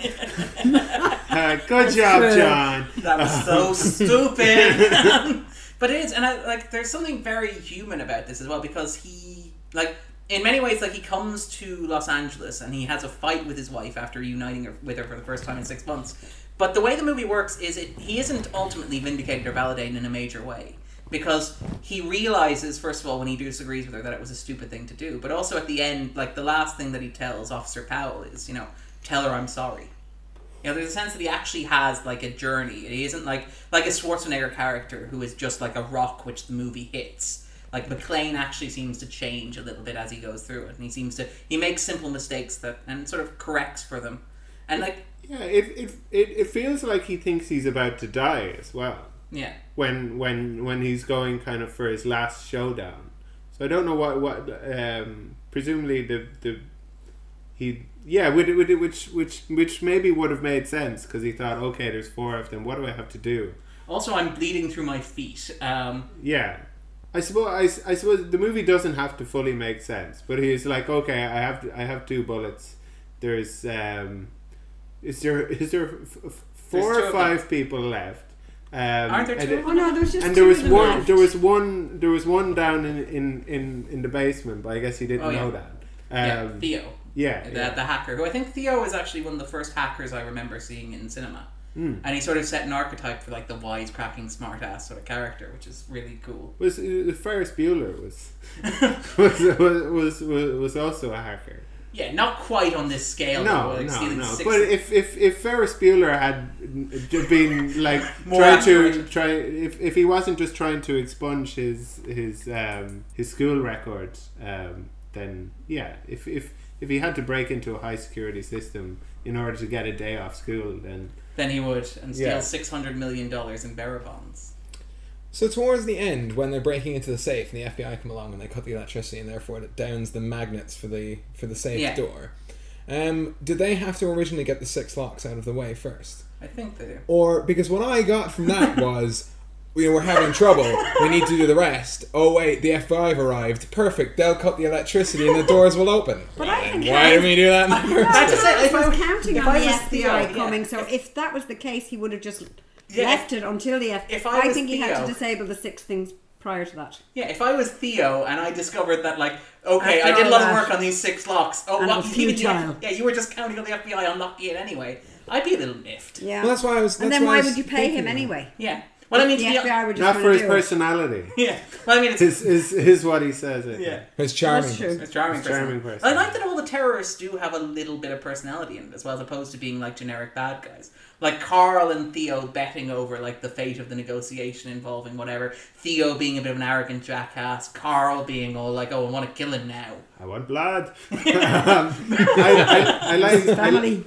Uh, good job,
true.
John.
That was so stupid. but it is, and I like. There's something very human about this as well because he, like, in many ways, like he comes to Los Angeles and he has a fight with his wife after uniting her, with her for the first time in six months. But the way the movie works is it he isn't ultimately vindicated or validated in a major way because he realizes first of all when he disagrees with her that it was a stupid thing to do, but also at the end, like the last thing that he tells Officer Powell is, you know, tell her I'm sorry. You know, there's a sense that he actually has like a journey. He isn't like like a Schwarzenegger character who is just like a rock which the movie hits. Like McLean actually seems to change a little bit as he goes through it, and he seems to he makes simple mistakes that and sort of corrects for them. And like
Yeah, it, it, it, it feels like he thinks he's about to die as well.
yeah,
when when when he's going kind of for his last showdown. So I don't know what what um, presumably the the he yeah would, would, which which which maybe would have made sense because he thought okay there's four of them what do I have to do
also I'm bleeding through my feet. Um,
yeah. I suppose I, s- I suppose the movie doesn't have to fully make sense, but he's like, okay, I have I have two bullets. There's um, is there is there f- f- four
There's two
or
of
five people left? Um,
Aren't there
and
two
it-
of
Oh no, there's just
and
two
there was
of them
one
left.
there was one there was one down in in in, in the basement but i guess he didn't
Oh, yeah.
know that
yeah,
um, yeah,
Theo.
yeah,
the, the hacker, who I think Theo is actually one of the first hackers I remember seeing in cinema.
Hmm.
And he sort of set an archetype for like the wisecracking, smartass sort of character, which is really cool.
was uh, ferris bueller was was, was was was also a hacker
Yeah, not quite on this scale.
no
though, like
no
stealing
no
six-
but if if if ferris bueller had j- been like
More
trying to
accurate.
try if, if he wasn't just trying to expunge his his um his school record um then yeah if if if he had to break into a high security system in order to get a day off school then
then he would and steal
Yeah.
six hundred million dollars in bearer bonds.
So towards the end, when they're breaking into the safe and the FBI come along and they cut the electricity and therefore it downs the magnets for the for the safe
Yeah.
door. Um, did they have to originally get the six locks out of the way first,
I think they do.
or because what I got from that was, you know, we're having trouble. We need to do the rest. Oh wait, the FBI have arrived. Perfect. They'll cut the electricity and the doors will open.
But I think
Why didn't we do that? In the first
I just said, if
I
I-
was counting
if
on
I
the
was
FBI
Theo,
coming,
yeah.
so if that was the case, he would have just
Yeah,
left it until the FBI.
if I was
think he had to
Theo-
disable the six things prior to that.
Yeah, if I was Theo and I discovered that, like, okay,
After
I did a
all
lot of
that.
work on these six locks. Oh,
And it
what?
was
You didn't-
futile.
yeah, you were just counting on the FBI unlocking it anyway. I'd be a little miffed.
Yeah.
Well, that's why I was-
and
that's
then
why I
why
was
would you pay
thinking
him
that.
anyway?
Yeah. Well, I mean, to
The
be hon-
FBI were just
not
gonna
for his
do it.
personality.
yeah. Well, I mean, it's
Is, is is what he says. I think.
yeah.
It's charming.
That's true.
It's charming,
It's charming
person.
person.
I like that all the terrorists do have a little bit of personality in it as well, as opposed to being like generic bad guys. Like Carl and Theo betting over like the fate of the negotiation involving whatever. Theo being a bit of an arrogant jackass. Carl being all like, "Oh, I want to kill him now."
I want blood. um, I, I, I like I,
Family.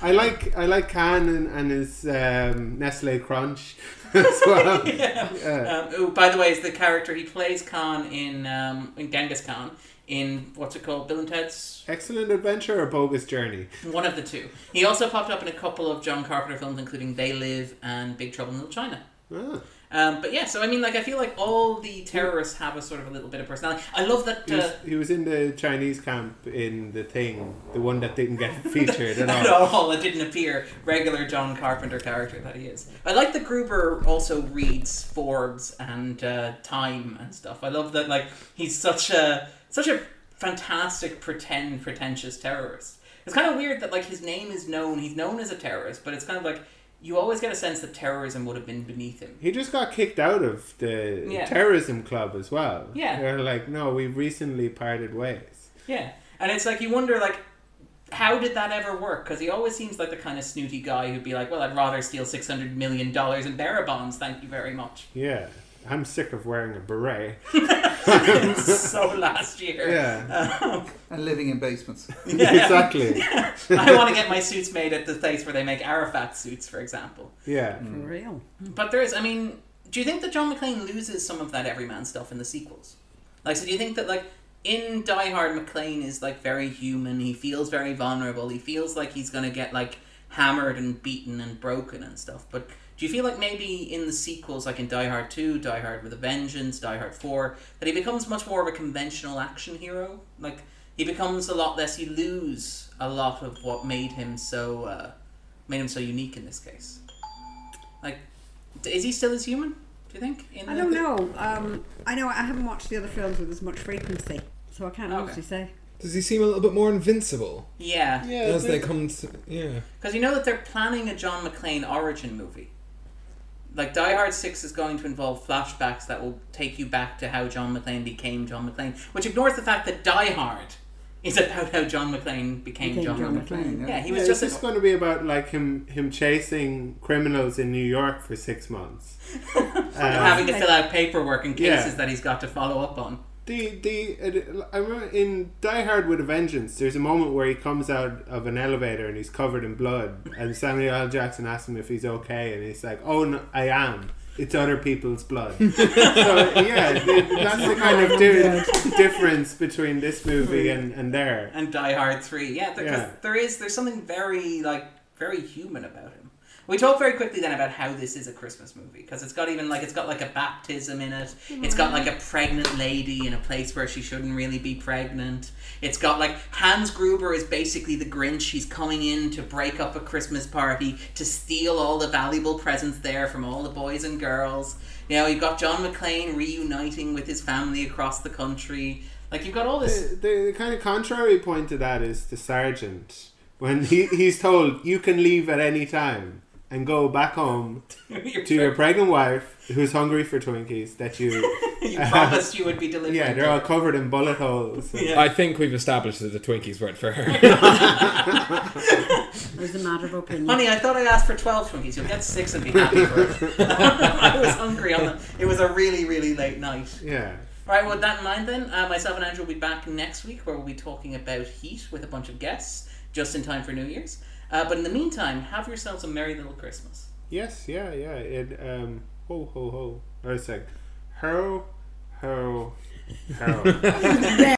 I like I like Khan and, and his um, Nestle Crunch as well.
Um, who, by the way, is the character he plays Khan in um, in Genghis Khan in what's it called, Bill and Ted's
Excellent adventure or bogus journey?
One of the two. He also popped up in a couple of John Carpenter films, including They Live and Big Trouble in Little China.
Ah.
Um, but yeah, so I mean, like, I feel like all the terrorists have a sort of a little bit of personality. I love that.
He, was,
Uh,
he was in the Chinese camp in the thing, the one that didn't get featured at all.
at all, it didn't appear regular John Carpenter character that he is. I like that Gruber also reads Forbes and uh, Time and stuff. I love that, like, he's such a such a fantastic pretend pretentious terrorist. It's kind of weird that like his name is known. He's known as a terrorist, but it's kind of like you always get a sense that terrorism would have been beneath him.
He just got kicked out of the
Yeah.
terrorism club as well.
Yeah.
They're like, no, we recently parted ways.
Yeah, and it's like you wonder like. How did that ever work? Because he always seems like the kind of snooty guy who'd be like, "Well, I'd rather steal six hundred million dollars in bearer bonds, thank you very much."
Yeah. I'm sick of wearing a beret.
so last year.
Yeah.
And living in basements.
exactly.
I want to get my suits made at the place where they make Arafat suits, for example.
Yeah.
Mm.
For real.
But there is, I mean, do you think that John McClane loses some of that everyman stuff in the sequels? Like, so do you think that, like, in Die Hard, McClane is, like, very human. He feels very vulnerable. He feels like he's going to get, like, hammered and beaten and broken and stuff. But Do you feel like maybe in the sequels, like in Die Hard 2, Die Hard with a Vengeance, Die Hard 4, that he becomes much more of a conventional action hero? Like, he becomes a lot less, you lose a lot of what made him so, uh, made him so unique in this case. Like, d- is he still as human, do you think? In
I
the-
don't know. Um, I know I haven't watched the other films with as much frequency, so I can't
Okay.
honestly say.
Does he seem a little bit more invincible
Yeah.
Yeah,
as
the-
they come to? Yeah.
Because you know that they're planning a John McClane origin movie. Like Die Hard Six is going to involve flashbacks that will take you back to how John McClane became John McClane, which ignores the fact that Die Hard is about how John McClane became,
Became
John,
John
McClane.
McClane, yeah.
Yeah, he was
Yeah,
just.
it's
an-
just going to be about like him him chasing criminals in New York for six months. Um,
Having to fill out paperwork in
Yeah.
cases that he's got to follow up on.
the the it, I remember in Die Hard with a Vengeance, there's a moment where he comes out of an elevator and he's covered in blood, and Samuel L. Jackson asks him if he's okay, and he's like, "Oh, no, I am." It's other people's blood. so yeah, it- that's the kind of di- difference between this movie and, and there.
and Die Hard Three. Yeah, because
Yeah.
there is there's something very like very human about him. We talked very quickly then about how this is a Christmas movie because it's got even like it's got like a baptism in it. It's got like a pregnant lady in a place where she shouldn't really be pregnant. It's got like Hans Gruber is basically the Grinch. He's coming in to break up a Christmas party to steal all the valuable presents there from all the boys and girls. You know, you've got John McClane reuniting with his family across the country. Like you've got all this
The, the, the kind of contrary point to that is the sergeant when he, he's told you can leave at any time and go back home to your pregnant wife who's hungry for Twinkies that you
You promised you would be delivering.
yeah they're all covered in bullet holes.
Yeah.
I think we've established that the Twinkies weren't for her.
It was a matter of opinion.
Honey, I thought I asked for 12 Twinkies. You'll get six and be happy for it. I was hungry on the, It was a really, really late night.
Yeah.
Right, well, with that in mind then, uh, myself and Andrew will be back next week where we'll be talking about heat with a bunch of guests just in time for New Year's. Uh, but in the meantime, have yourselves a merry little Christmas.
Yes. Yeah. Yeah. It um. Ho ho ho. Or a sec. Ho ho ho.